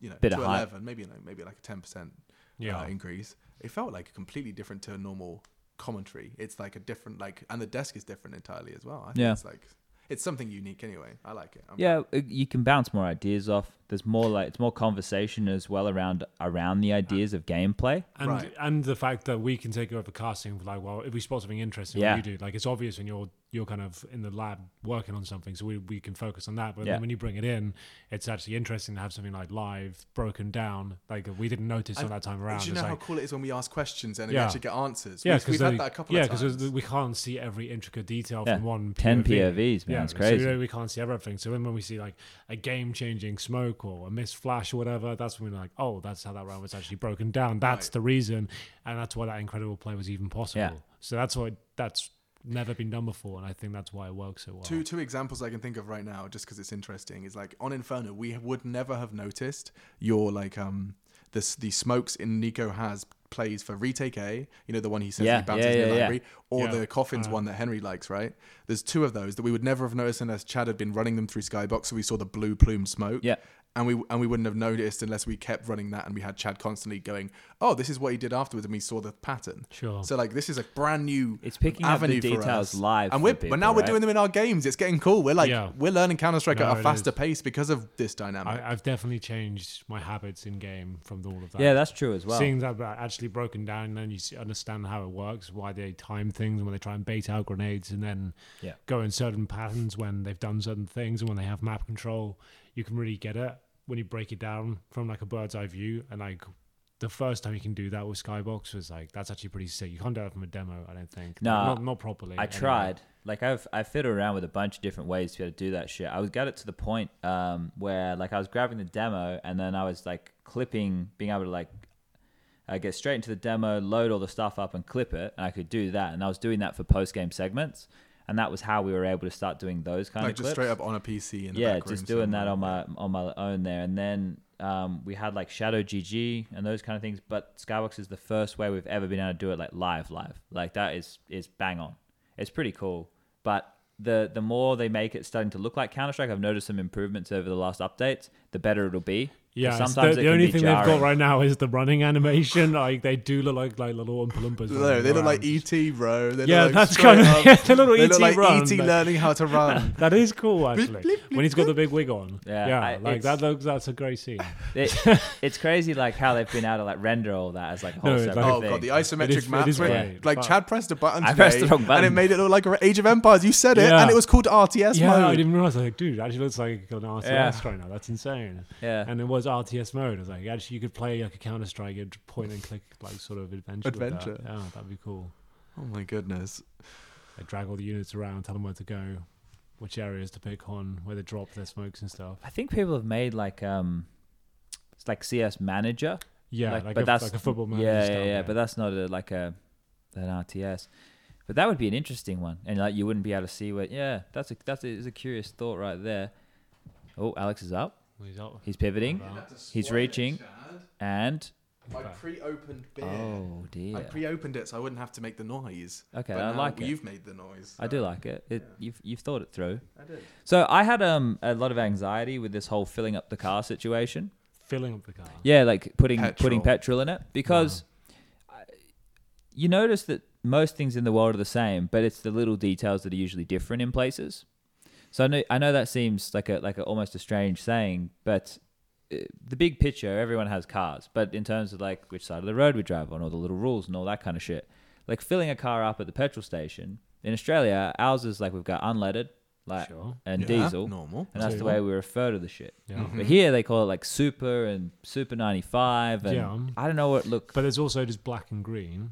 you know
Bit
to
of hype.
eleven, maybe you know, maybe like a ten percent
Yeah.
uh, increase. It felt like completely different to a normal commentary. It's like a different like, and the desk is different entirely as well. I think
Yeah.
it's like it's something unique anyway. I like it. I'm-
Yeah, uh, you can bounce more ideas off. There's more like it's more conversation as well around around the ideas of gameplay.
And
Right.
and the fact that we can take over casting like, well, if we spot something interesting,
Yeah.
what you do. Like it's obvious when you're you're kind of in the lab working on something, so we, we can focus on that. But
Yeah.
then when you bring it in, it's actually interesting to have something like live broken down. Like we didn't notice on that time around.
Do you
It's
know how
like-
cool it is when we ask questions and we
Yeah.
actually get answers?
yeah,
we've, we've
they-
had that a couple
yeah,
of times.
because we can't see every intricate detail
Yeah.
from one
10
POV.
POVs, man, it's
so
crazy.
we- we can't see everything. So then when we see like a game-changing smoke or a missed flash or whatever, that's when we're like, oh, that's how that round was actually broken down. That's
Right.
the reason, and that's why that incredible play was even possible.
Yeah.
So that's why that's never been done before, and I think that's why it works so well.
Two two examples I can think of right now, just because it's interesting, is like on Inferno, we would never have noticed your like um the s- the smokes in Nico has plays for retake A, you know the one he says
Yeah,
he bounces
yeah,
in the
yeah, yeah.
library, or
Yeah,
the coffins
uh,
one that Henry likes, right? There's two of those that we would never have noticed unless Chad had been running them through Skybox, so we saw the blue plume smoke.
Yeah.
And we and we wouldn't have noticed unless we kept running that and we had Chad constantly going, Oh, this is what he did afterwards and we saw the pattern.
Sure.
So like this is a brand new
It's picking up the
avenue for
details
us.
live
And
for
we're
people,
but now we're
right?
doing them in our games. It's getting cool. We're like
Yeah.
we're learning Counter Strike
No,
at
it
a
is.
faster pace because of this dynamic.
I, I've definitely changed my habits in game from all of that.
Yeah, that's true as well.
Seeing that but actually broken down, and then you see- understand how it works, why they time things, and when they try and bait out grenades, and then
Yeah.
go in certain patterns when they've done certain things, and when they have map control, you can really get it when you break it down from like a bird's eye view. And like the first time you can do that with Skybox was like that's actually pretty sick. You can't do that from a demo, I don't think.
No,
not not properly.
I
anyway.
tried. Like I've I fiddled around with a bunch of different ways to be able to do that shit. I was got it to the point um, where like I was grabbing the demo and then I was like clipping, being able to like I get straight into the demo, load all the stuff up and clip it, and I could do that. And I was doing that for post game segments, and that was how we were able to start doing those kind
like
of
just
clips.
straight up on a PC in the
yeah,
back room
just doing that
somewhere.
on my on my own there, and then um, we had like Shadow GG and those kind of things. But Skybox is the first way we've ever been able to do it like live, live. Like that is is bang on. It's pretty cool. But the the more they make it starting to look like Counter Strike, I've noticed some improvements over the last updates. The better it'll be. 'Cause
Yeah, it's
sometimes
the,
it
the
can
only
be
thing they've
jarring.
got right now is the running animation. Like they do look like like little Oompa Loompas.
No,
running
they look
around.
like ET, bro. They
Yeah,
look like
that's
straight
kinda-
up-
yeah, they look like E
they
ET
look like E
run,
ET
but-
learning how to run.
That is cool, actually. when he's got the big wig on.
Yeah,
Yeah,
I-
like
it's-
that looks. That's a great scene.
It- it's crazy, like how they've been able to like render all that as like a whole
No, it's
separate
like-
Oh
thing.
god, the
It
isometric
is- it
maps.
is
were-
great.
Like
Fuck.
Chad pressed a button.
I pressed
today,
the wrong
And
button.
it made it look like Age of Empires. You said it,
Yeah.
and it was called RTS
Yeah, I
mode.
didn't realize. Like, dude, it actually looks like an RTS
Yeah.
right now. That's insane.
Yeah.
And it was RTS mode. I was like, actually, you could play like a Counter Strike, point and click, like sort of adventure. with that.
Adventure.
Yeah, that'd be cool.
Oh my goodness.
Like, drag all the units around, tell them where to go, which areas to pick on, where they drop their smokes and stuff.
I think people have made like um, it's like CS Manager.
Yeah, like, a, like a football manager.
Yeah, yeah,
style
yeah.
game.
But that's not a, like a an RTS. But that would be an interesting one, and like you wouldn't be able to see where. Yeah, that's a that's a, is a curious thought right there. Oh, Alex is up.
He's up.
He's pivoting,
About-
He's reaching. and
I pre-opened beer.
oh
I
dear.
pre-opened it so I wouldn't have to make the noise.
Okay,
But
I
now
like it.
You've made the noise.
I do like it. it You've you've thought it through.
I did.
So I had um a lot of anxiety with this whole filling up the car situation.
filling up the car.
Yeah, like putting putting
Petrol.
petrol in it because I- you notice that most things in the world are the same, but it's the little details that are usually different in places. So I know I know that seems like a like a, almost a strange saying, but uh, the big picture, everyone has cars, but in terms of like which side of the road we drive on, or the little rules and all that kind of shit, like filling a car up at the petrol station in Australia, ours is like we've got unleaded, like
Sure.
and
Yeah,
diesel,
Normal.
and that's the
Sure.
way we refer to the shit.
Yeah.
Mm-hmm.
But here they call it like Super and Super 95 and
Yeah.
I don't know what look
But there's also just black and green.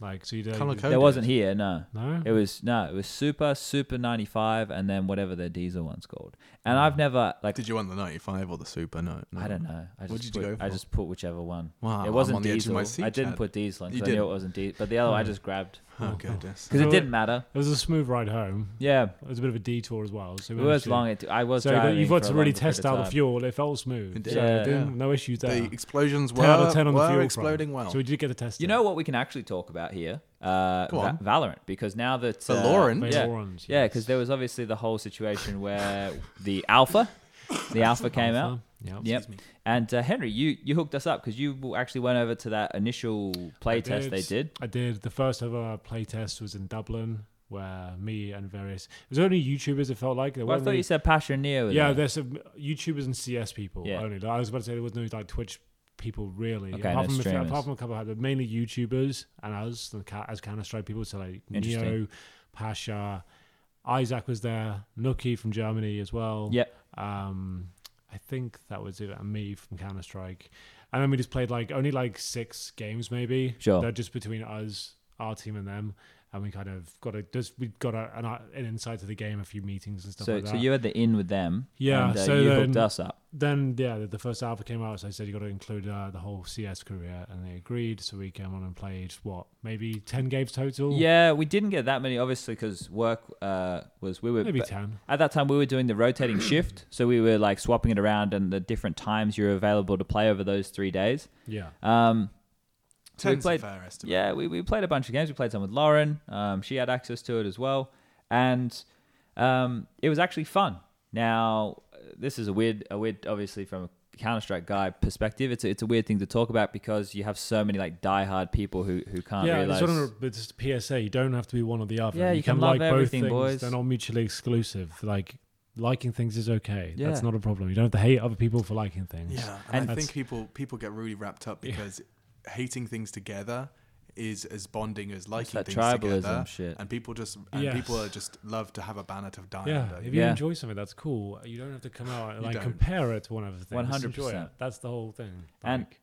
Like so you did.
Colour code.
There wasn't here, no.
No.
It was no, it was super, super ninety five, and then whatever their diesel one's called. And I've never like
Did you want the 95 or the Super? No. no.
I don't know. I just
What did you
put,
go
I
for?
just put whichever one.
Wow,
it
I'm
wasn't
on the edge of
diesel.
my
I
seat,
didn't
Chad.
put diesel in
You
because I knew
didn't.
it wasn't diesel. But the other one I just grabbed
Oh, goodness.
because it
Oh,
didn't matter.
It was a smooth ride home.
Yeah,
It was a bit of a detour as well. So
it
we
was
managed to-
long. It I was
So
driving.
you've got
for a
to really
long period
test
of
out the
time.
fuel. It felt smooth.
It did.
So
Yeah.
it didn't- no issues there.
uh,
The explosions were,
10 out of 10 on the
were
fuel. front.
exploding well.
So we did get a test.
You know what we can actually talk about here? Uh,
Go
Va-
on.
Valorant, because now that uh,
Valorant?
yeah,
Valorant,
yeah,
yes.
because there was obviously the whole situation where the Alpha, the Alpha came out.
Yeah.
Yep. And uh, Henry, you you hooked us up because you actually went over to that initial play test they did.
I did. The first ever playtest was in Dublin, where me and various. It was only YouTubers. It felt like. There
Well, I
weren't
thought
really-
you said Passioneer.
Yeah,
there.
there's some YouTubers and CS people
uh, Yeah.
only. I was about to say there was no like Twitch people really.
Okay,
apart,
no
from a few,
streamers.
apart from a couple, but mainly YouTubers and us the ca- as Counter Strike people. So like
Interesting.
Neo, Pasha, Isaac was there, Nuki from Germany as well.
Yep.
Um, I think that was it, and me from Counter Strike. And then we just played like only like six games maybe.
Sure.
They're just between us, our team, and them. And we kind of got a just we got a, an, uh, an insight to the game, a few meetings and stuff
so
like that
so you had the in with them.
Yeah,
And, uh,
so
you hooked
then-
us up.
then yeah, the, the first alpha came out, so I said you got to include uh, the whole CS career, and they agreed. So we came on and played what maybe ten games total.
Yeah, we didn't get that many, obviously, because work uh, was we were
maybe
but
ten.
at that time we were doing the rotating shift, so we were like swapping it around and the different times you're available to play over those three days.
Yeah,
Um, so we
Ten's a
played,
fair estimate.
yeah, we, we played a bunch of games. We played some with Lauren. Um, she had access to it as well, and um, it was actually fun. Now, uh, this is a weird, a weird, obviously from a Counter Strike guy perspective, it's a, it's a weird thing to talk about because you have so many like diehard people who who can't
yeah.
realize.
It's, on a, but it's a PSA. You don't have to be one or the other.
Yeah, you can love everything,
things.
boys.
They're not mutually exclusive. Like liking things is okay.
Yeah.
That's not a problem. You don't have to hate other people for liking things.
Yeah, and, I
That's-
think people people get really wrapped up because hating things together is as bonding as liking
that
things
tribalism
together.
shit.
And people just and
Yes.
people are just love to have a banner to die
Yeah,
under.
if you
Yeah.
enjoy something, that's cool. You don't have to come out and
You
like
don't.
compare it to one other thing. Just enjoy
100%.
it. That's the whole thing.
And-
Like,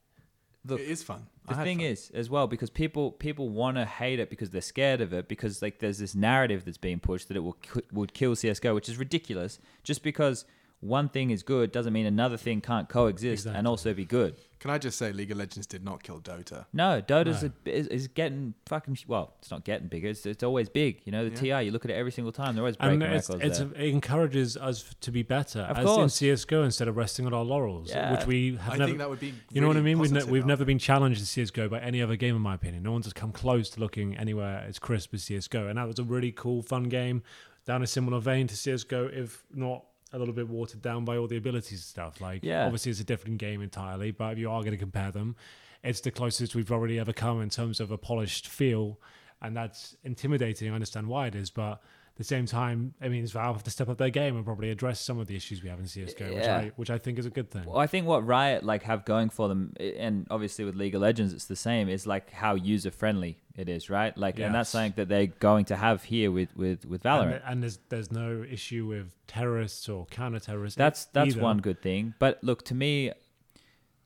Look,
it is fun. I
the
had
thing
fun.
is as well because people people want to hate it because they're scared of it because like there's this narrative that's being pushed that it will ki- would kill CS:GO which is ridiculous just because one thing is good doesn't mean another thing can't coexist and
Exactly.
also be good.
can I just say, League of Legends did not kill Dota.
No, Dota's a, is, is getting fucking well. It's not getting bigger. It's, it's always big. You know the TI. You look at it every single time. They're always breaking
and it's,
records.
it's
there.
it encourages us f- to be better
Of
as
course.
in CS:GO instead of resting on our laurels,
Yeah.
which we have
I
never.
think that would be.
you know what I
really
mean? We've, ne-
positive
we've
out-
never been challenged in CS:GO by any other game, in my opinion. No one's just come close to looking anywhere as crisp as CS:GO, and that was a really cool, fun game down a similar vein to CS:GO, if not a little bit watered down by all the abilities and stuff. Like,
Yeah.
obviously, it's a different game entirely, but if you are going to compare them, it's the closest we've already ever come in terms of a polished feel, and that's intimidating. I understand why it is, but at the same time, it means Valve have to step up their game and probably address some of the issues we have in CS:GO, which
Yeah.
I which I think is a good thing.
Well, I think what Riot like have going for them, i- and obviously with League of Legends, it's the same. Is like how user friendly it is, right? Like, and that's
Yes.
something that they're going to have here with with with
And,
Valorant.
th- and there's there's no issue with terrorists or counter-terrorists. e-,
that's that's
either.
one good thing. But look, to me,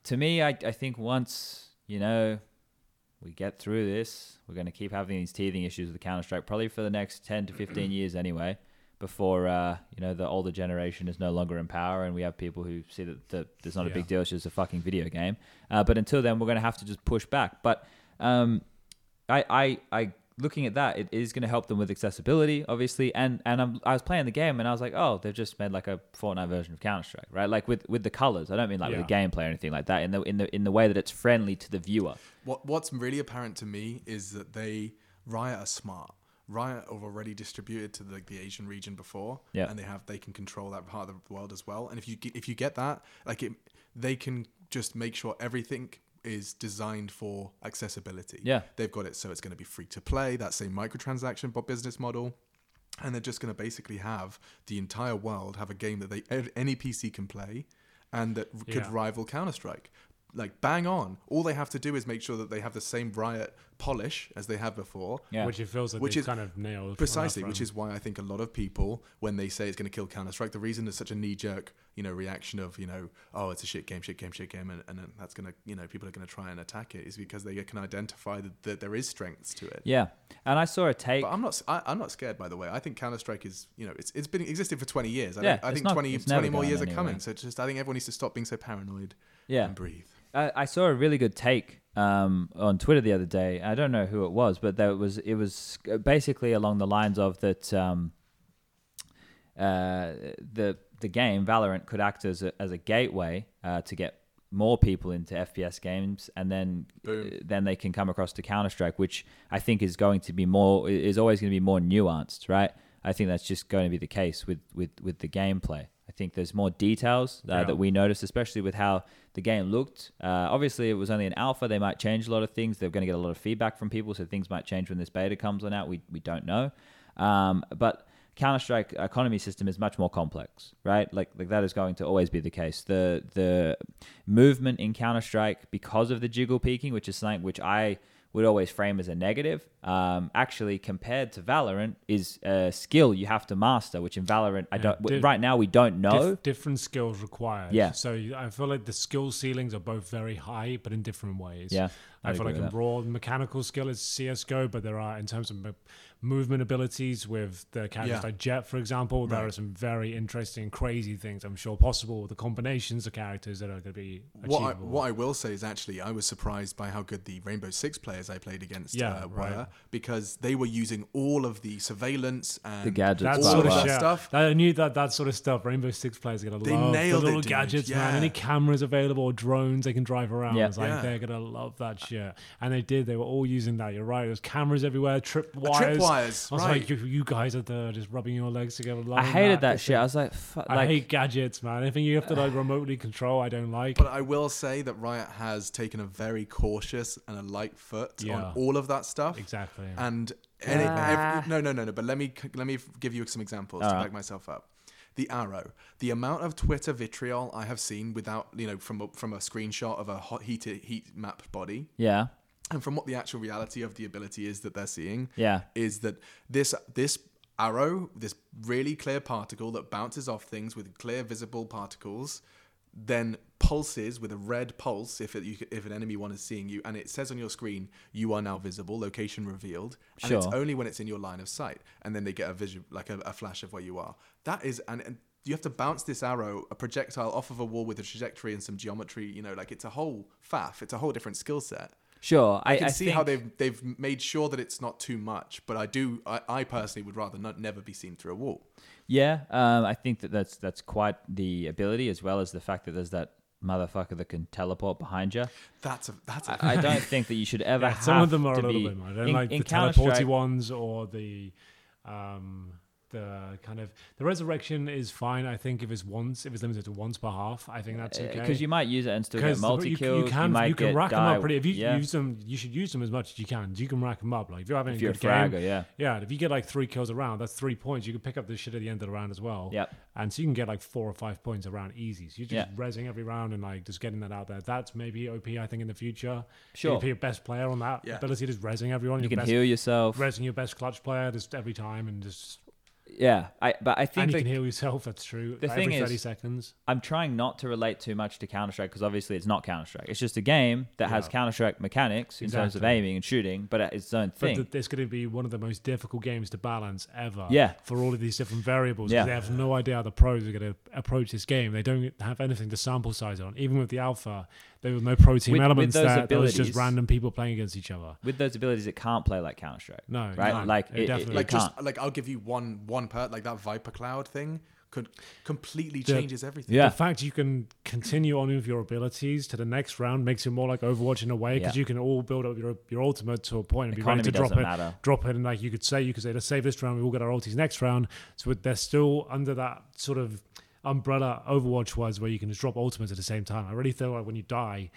to me, I I think once you know we get through this, we're going to keep having these teething issues with Counter Strike probably for the next ten to fifteen years anyway. Before uh, you know the older generation is no longer in power, and we have people who see that, that there's not a
Yeah.
big deal; it's just a fucking video game. Uh, but until then, we're going to have to just push back. But um, I, I, I, looking at that, it is going to help them with accessibility, obviously. And and I'm, I was playing the game, and I was like, oh, they've just made like a Fortnite version of Counter Strike, right? Like with with the colors. I don't mean like with the
Yeah.
gameplay or anything like that. In the in the in the way that it's friendly to the viewer.
What What's really apparent to me is that they Riot are smart. Riot have already distributed to the, the Asian region before,
Yeah.
and they have they can control that part of the world as well. And if you ge- if you get that, like it, they can just make sure everything is designed for accessibility.
Yeah.
they've got it so it's going to be free to play. That same microtransaction bu- business model. And they're just going to basically have the entire world have a game that they ev- any PC can play, and that could
Yeah.
rival Counter Strike. like bang on. All they have to do is make sure that they have the same riot polish as they have before.
Yeah.
Which it feels like
Which
they've
is-
kind of nailed. on
Precisely,
that
which
front.
is why I think a lot of people, when they say it's going to kill Counter Strike, the reason is such a knee-jerk, you know, reaction of you know, oh, it's a shit game, shit game, shit game, and, and then that's going to, you know, people are going to try and attack it, is because they can identify that, that there is strengths to it.
Yeah. And I saw a take.
But I'm not, I, I'm not scared. By the way, I think Counter Strike is, you know, it's it's been existing for 20 years. I,
Yeah,
don't- I
it's
think
not-
20,
it's never
20 more
going
years are
anywhere.
coming. So it's just, I think everyone needs to stop being so paranoid.
Yeah.
and breathe.
I, I saw a really good take um, on Twitter the other day. I don't know who it was, but there was it was basically along the lines of that um, uh, the the game Valorant could act as a, as a gateway uh, to get more people into FPS games, and then uh,
Boom.
then they can come across to Counter Strike, which I think is going to be more is always going to be more nuanced, right? I think that's just going to be the case with with with the gameplay. I think there's more details uh,
Yeah.
that we noticed, especially with how the game looked. Uh, obviously, it was only an alpha. They might change a lot of things. They're going to get a lot of feedback from people, so things might change when this beta comes on out. We we don't know, um, but Counter Strike economy system is much more complex, right? Like like that is going to always be the case. The the movement in Counter Strike because of the jiggle peaking, which is something which I would always frame as a negative, um, actually compared to Valorant, is a skill you have to master. Which in Valorant, I
Yeah,
don't.
diff-
right now, we don't know.
Dif- different skills required.
Yeah.
So you- I feel like the skill ceilings are both very high, but in different ways.
Yeah,
I,
I'd
feel
agree
like
with
in
that.
broad mechanical skill is CS:GO, but there are in terms of mo- movement abilities with the characters
Yeah.
like Jet, for example, there
Right.
are some very interesting, crazy things I'm sure possible with the combinations of characters that are going to be achievable.
What I, what I will say is actually, I was surprised by how good the Rainbow Six players I played against
Yeah,
uh, were
right.
because they were using all of the surveillance and
The gadgets,
that
all
blah,
of
sort of
blah.
that
shit.
stuff.
That, I knew that that sort of stuff. Rainbow Six players are gonna
They
love
nailed
the little
it, dude.
gadgets, man.
Yeah.
Any cameras available, or drones they can drive around.
Yeah.
It's like
Yeah.
they're gonna love that shit. And they did. They were all using that. You're right. There's cameras everywhere, trip wires.
wires,
I was
right.
like, you, you guys are there, just rubbing your legs together.
I
loving
hated that
It's
shit. I
like-
was like, fuck,
I
like
hate gadgets, man. Anything you have to like remotely control, I don't like.
But I will say that Riot has taken a very cautious and a light foot
Yeah.
on all of that stuff.
exactly.
And any,
Ah.
ev- no, no, no, no. But let me let me give you some examples to
Alright.
back myself up. The arrow, the amount of Twitter vitriol I have seen without you know from a, from a screenshot of a hot heated heat map body,
yeah,
and from what the actual reality of the ability is that they're seeing,
Yeah.
is that this this arrow, this really clear particle that bounces off things with clear visible particles, then pulses with a red pulse if it, you, if an enemy one is seeing you, and it says on your screen you are now visible, location revealed, and it's
Sure.
only when it's in your line of sight, and then they get a vision like a, a flash of where you are. That is and. and you have to bounce this arrow, a projectile, off of a wall with a trajectory and some geometry. You know, like it's a whole faff. It's a whole different skill set.
sure. I,
I can
I
see
think,
how they've they've made sure that it's not too much, but I do I, I personally would rather not never be seen through a wall.
Yeah, um, I think that that's that's quite the ability, as well as the fact that there's that motherfucker that can teleport behind you.
That's a that's a
I, I don't think that you should ever.
Yeah,
have
some of them are
to
a little
be,
bit. More. I don't
in-
like
in
the
Counter-Strike-
teleporty ones or the um, the kind of the resurrection is fine. I think if it's once, if it's limited to once per half, I think that's okay.
because uh, you might use it and still get
the-
multi kills.
you, you can
might
you can
get
rack them
die-
up pretty. If you
yeah.
use them, you should use them as much as you can. You can rack them up. Like if you're having
If
a
you're
good
a fragger,
game,
yeah.
yeah. If you get like three kills around, that's three points. You can pick up this shit at the end of the round as well.
Yep.
And so you can get like four or five points around easy. So you're just
Yeah.
resing every round and like just getting that out there. That's maybe OP. I think in the future,
Sure.
You can be your best player on that
Yeah.
ability, just resing everyone.
you
your
can
best
heal yourself.
resing your best clutch player just every time and just
yeah, I but I
and
think
you
that
can heal yourself. That's true.
the
every
thing is-
thirty seconds.
I'm trying not to relate too much to Counter Strike because obviously it's not Counter Strike. It's just a game that has Counter Strike mechanics in terms of
Exactly.
aiming and shooting, but it's its own
But
thing.
th- it's going to be one of the most difficult games to balance ever.
Yeah.
For all of these different variables, 'cause
Yeah.
they have no idea how the pros are going to approach this game. They don't have anything to sample size on. Even with the alpha, there were no pro team
With- with
elements
those
there. There was just
abilities-
random people playing against each other.
With those abilities, it can't play like Counter Strike.
No,
right?
no,
like
it
it, it,
definitely
it
like
can't.
just like I'll give you one one per like that Viper Cloud thing could completely
The-
changes everything.
Yeah.
The fact you can continue on with your abilities to the next round makes it more like Overwatch in a way because
Yeah.
you can all build up your your ultimate to a point and be ready
Economy
to drop
doesn't
it,
matter.
drop it, and like you could say you could say let's save this round, we all get our ulties next round. So they're still under that sort of umbrella Overwatch was where you can just drop ultimates at the same time. I really feel like when you die,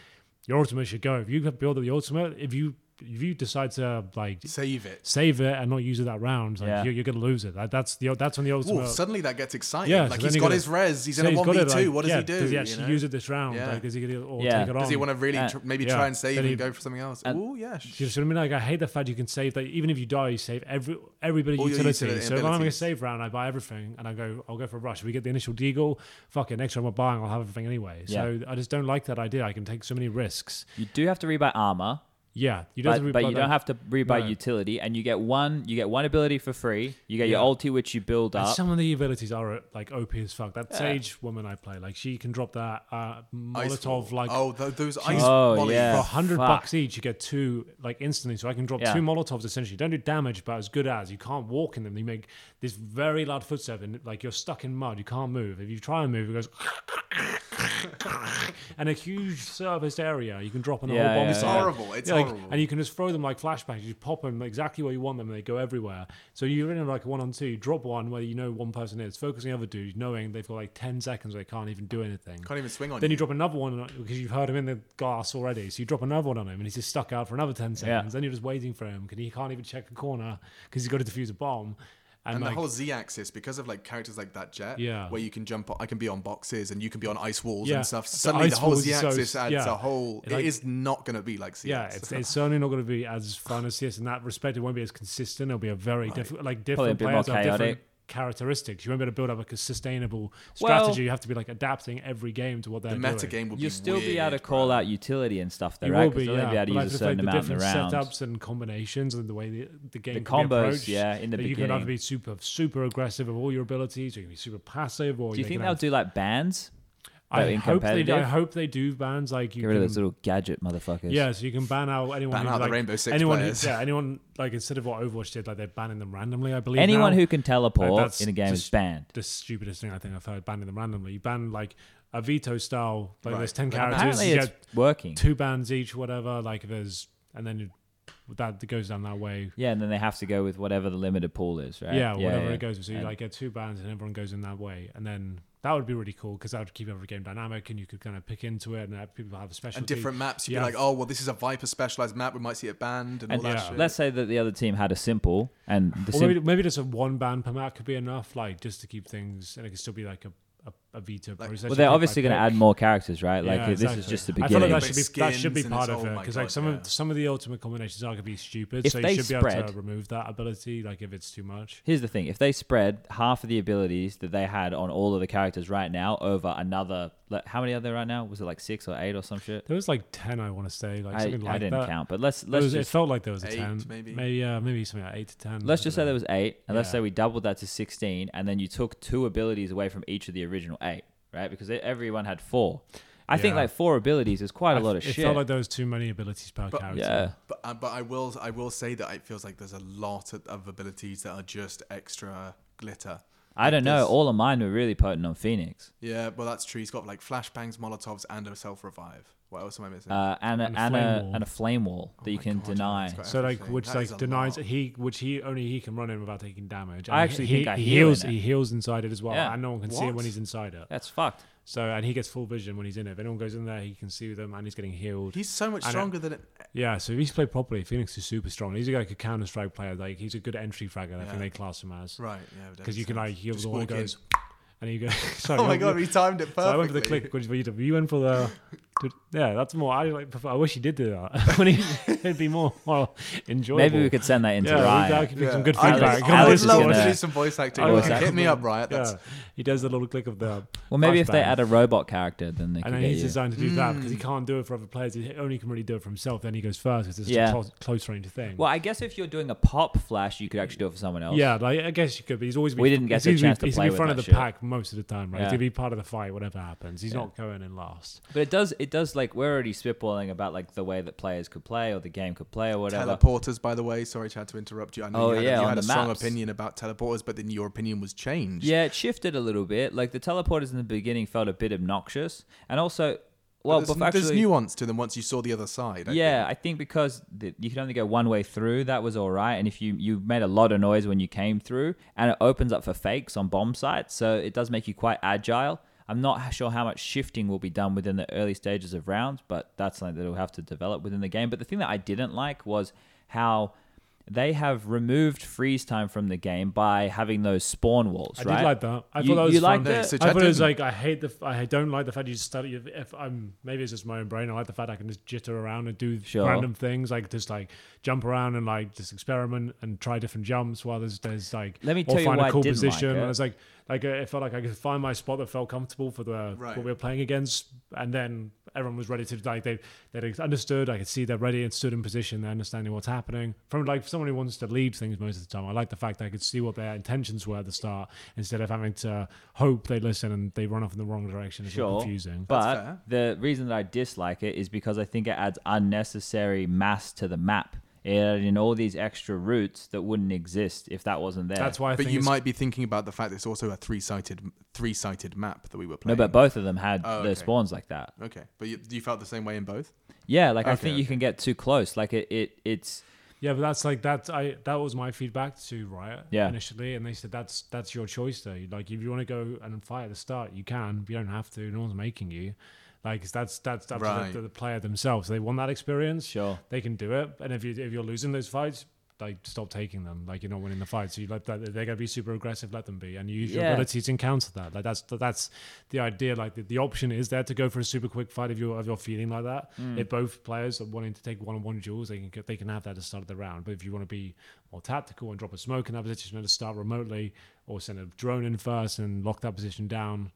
your ultimate should go. If you build up the ultimate, if you if you decide to like
Save it.
save it and not use it that round, like
Yeah.
you're, you're gonna lose it. Like, that's the that's when the
Ooh,
ultimate.
suddenly that gets exciting.
Yeah, so
like
then
he's
you
got
gotta-
his res. He's in
Yeah,
a
he's
one
got
v
it,
two.
like,
What does
yeah,
he do?
Does he
you
actually
know?
use it this round?
Yeah.
Like, does he get it or
Yeah.
take it on?
Does
Does he want to really
Uh,
tr- maybe
yeah.
try and save
Then
and
he-
go for something else?
and-
Ooh, yeah. sh-
Do you know what I mean? Like I hate the fact you can save like even if you die, you save every everybody
All your
utility.
utility
so if I'm having a
abilities.
save round, I buy everything and I go, I'll go for a rush. We get the initial deagle, fuck it, next time I'm buying, I'll have everything anyway. So I just don't like that idea. I can take so many risks.
You do have to rebuy armor,
Yeah. You don't
but,
have to
but you
rebuy
don't
that.
have to rebuy
No.
utility, and you get one. You get one ability for free. You get your
Yeah.
ulti, which you build
And
up.
some of the abilities are like OP as fuck. That sage woman I play, like she can drop that uh,
Ice
Molotov
ball.
like
oh tho- those ice
Oh,
volleys.
yeah.
for a hundred
fuck.
bucks each, you get two like instantly. So I can drop
Yeah.
two Molotovs essentially. Don't do damage, but as good as you can't walk in them. You make this very loud footstep, and like you're stuck in mud. You can't move. If you try and move, it goes. and a huge surfaced area, you can drop on the
Yeah,
whole bomb
yeah,
It's
yeah.
horrible. It's
yeah, like-
horrible.
and you can just throw them like flashbacks. You pop them exactly where you want them, and they go everywhere. So you're in like one on two. You drop one where you know one person is, focusing the other dude, knowing they've got like ten seconds where they can't even do anything.
Can't even swing on
Then
you.
you drop another one on- because you've heard him in the glass already. So you drop another one on him, and he's just stuck out for another ten seconds. Then you're just waiting for him, and he can't even check a corner because he's got to defuse a bomb. And,
and
like,
the whole z-axis because of like characters like that jet
Yeah.
where you can jump on, i can be on boxes and you can be on ice walls
Yeah.
and stuff
The
suddenly the,
ice
whole
walls is so-
z-axis adds
yeah.
a whole
Like-
it is not going to be like
yeah,
z-axis
it's, it's certainly not going to be as fun as this in that respect. It won't be as consistent. It'll be a very different, like
Probably a
different
bit more
players have different
chaotic.
characteristics. You won't be able to build up a sustainable
Well-
strategy. you have to be like adapting every game to what they're
the meta
doing.
game would
You'll
be
still
weird,
be able to call out utility and stuff, though,
You
right?
will
'Cause
be,
they'll only
yeah.
be able to
but I
use a
just
certain
like the
amount in the round.
different setups and combinations and the way the, the game can
combos,
be approached,
yeah, in the
that You can either
beginning.
be super super aggressive of all your abilities, or you can be super passive, or
Do you
can
think they'll
have-
do like bans?
I
in
hope they do. I
competitive?
hope they do bans like you
Get rid of
can-
those little gadget motherfuckers.
Mm. Yeah, so you can ban out anyone.
Ban
who,
out the
like,
Rainbow Six
anyone
players.
Who, yeah, anyone like instead of what Overwatch did, like they're banning them randomly. I believe
Anyone
now.
who can teleport
that's
in a game is
just-
banned.
the stupidest thing I think I've heard banning them randomly. You ban like a veto style, like there's ten
Right.
characters,
Apparently,
you
it's
get
working.
two bans each, whatever. Like there's and then you, that goes down that way.
Yeah, and then they have to go with whatever the limited pool is, right?
Yeah, whatever it goes with. So you
And-
like get two bands and everyone goes in that way, and then that would be really cool because that would keep every game dynamic, and you could kind of pick into it, and uh, people have a special
and different maps you'd
Yeah.
be like oh well this is a viper specialized map we might see it banned and,
And
all that
yeah.
shit
Let's say that the other team had a simple, and the
Or
sim-
maybe, maybe just a one ban per map could be enough, like just to keep things, and it could still be like a a, a veto process.
well, they're obviously going to add more characters, right? Like
Yeah,
this
exactly.
is just the
I feel like
beginning.
that should be that should be
Skins and it's-
part of
oh
it
my
because like
God,
some
yeah.
of some of the ultimate combinations are going to be stupid,
If
so
they
you should be able
spread-
to remove that ability like if it's too much.
Here's the thing: if they spread half of the abilities that they had on all of the characters right now over another, like, how many are there right now? Was it like six or eight or some shit?
There was like ten, I want to say, like
I,
something like
I didn't
that.
count, but let's
There
let's
was,
just
it felt like there was a
Eight,
ten,
maybe?
maybe yeah, maybe something like eight to ten.
Let's just
I don't
say
know.
there was eight, and let's
Yeah.
say we doubled that to sixteen, and then you took two abilities away from each of the original eight, right? Because they, everyone had four. I think
Yeah.
like four abilities is quite a
I-
lot of
it
shit.
felt like there was too many abilities per character.
yeah,
But, uh, but I will I will say that it feels like there's a lot of, of abilities that are just extra glitter.
I don't know.
There's-
All of mine were really potent on Phoenix,
Yeah, well that's true. He's got like flashbangs, molotovs, and a self revive. What else am I missing?
uh, and, a,
And
and,
a
a,
flame wall. Oh
and a flame wall that you
my
can
God, yeah,
deny.
it's got
So like,
Everything.
which
That is
like
a
denies
lot.
he, which he only he can run in without taking damage.
I
And
actually
he,
think I
he
heal in
heals.
it.
He heals inside it as well,
Yeah.
and no one can see it
What?
when he's inside it.
That's fucked.
So and he gets full vision when he's in it. If anyone goes in there, he can see them, and he's getting healed.
He's so much
I know.
stronger than it.
yeah. So if he's played properly, Phoenix is super strong. He's like a counter strike player. Like he's a good entry fragger. I
Yeah.
think they class him as
Right. Yeah.
because you can like heal
Just
the one
walk in.
goes, and you go. Sorry,
Oh my
I'm-
god, he timed it perfectly.
So I went for the click, which is what you did. You went for the. Dude, yeah, that's more. I like. prefer- I wish he did do that. when he, it'd be more, more enjoyable.
Maybe we could send that into
yeah,
Riot.
that could be some good
I-
feedback.
Alex-
Come on,
I would
Alex
this is
love
gonna-
to
gonna-
do some voice acting.
Voice
Like, Oh, hit
acting.
me up, right? That's
yeah, he does the little click of the.
Well, maybe if they
flashbang.
add a robot character, then they
And
could
then
get
he's
you.
designed to do that because he
Mm.
can't do it for other players. He only can really do it for himself. Then he goes first because it's
Yeah.
such a close, close range thing.
Well, I guess if you're doing a pop flash, you could actually do it for someone else.
yeah, like I guess you could, but he's always been,
We didn't get
he's
the
always been-
chance to
he's
play
in
with
front
that
of the
shit.
pack most of the time, right?
Yeah.
To be part of the fight, whatever happens, he's
Yeah.
not going in last.
But it does. It does. Like we're already spitballing about like the way that players could play or the game could play or whatever.
teleporters, by the way. Sorry, Chad, to interrupt you. I know
Oh,
you had,
yeah,
a, you
on
had a
the
strong
maps.
opinion about teleporters, but then your opinion was changed.
Yeah, it shifted a little bit. Like the teleporters in the beginning felt a bit obnoxious, and also, well,
there's,
bef-
there's
actually,
nuance to them once you saw the other side. I
yeah, I think because the, you can only go one way through, that was all right. And if you you made a lot of noise when you came through, and it opens up for fakes on bomb sites, so it does make you quite agile. I'm not sure how much shifting will be done within the early stages of rounds, but that's something that will have to develop within the game. But the thing that I didn't like was how they have removed freeze time from the game by having those spawn walls.
I
right?
did like that. I
You-
thought that was
you
fun.
liked it?
Which
I
I
thought it was
didn't.
like I hate the f- I don't like the fact you just study. If, if I'm maybe it's just my own brain. I like the fact I can just jitter around and do
Sure.
random things, like just like jump around and like just experiment and try different jumps while there's there's like
Let me
or
tell you
find
why
a
I
cool
didn't like
position.
it.
And it's like like uh, it felt like I could find my spot that felt comfortable for the
Right.
what we were playing against, and then everyone was ready to like they they understood. I could see they're ready and stood in position. They're understanding what's happening. From like someone who wants to lead things most of the time, I like the fact that I could see what their intentions were at the start instead of having to hope they listen and they run off in the wrong direction. It's
sure,
confusing.
But the reason that I dislike it is because I think it adds unnecessary mass to the map. It added in all these extra routes that wouldn't exist if that wasn't there.
That's why I
But
think
you
it's-
might be thinking about the fact that it's also a three-sided three-sided map that we were
no,
playing.
but both of them had
Oh,
the
okay.
spawns like that.
Okay, but you, you felt the same way in both.
Yeah, like I
Okay,
think you
okay.
can get too close. Like it, it it's
Yeah, but that's like that. I that was my feedback to Riot
Yeah.
initially, and they said that's that's your choice though. Like if you want to go and fight at the start, you can. But you don't have to. No one's making you. Like it's- that's that's up
Right.
to the, the player themselves. They want that experience.
Sure.
they can do it. And if you if you're losing those fights, like stop taking them. Like you're not winning the fight. So you let that. They're gonna be super aggressive. Let them be, and you use your
Yeah.
ability to counter that. Like that's that's the idea. Like the, the option is there to go for a super quick fight if you're if you're feeling like that. If both players are wanting to take one on one duels, they can get- they can have that at the start of the round. But if you want to be more tactical and drop a smoke in that position and start remotely, or send a drone in first and lock that position down,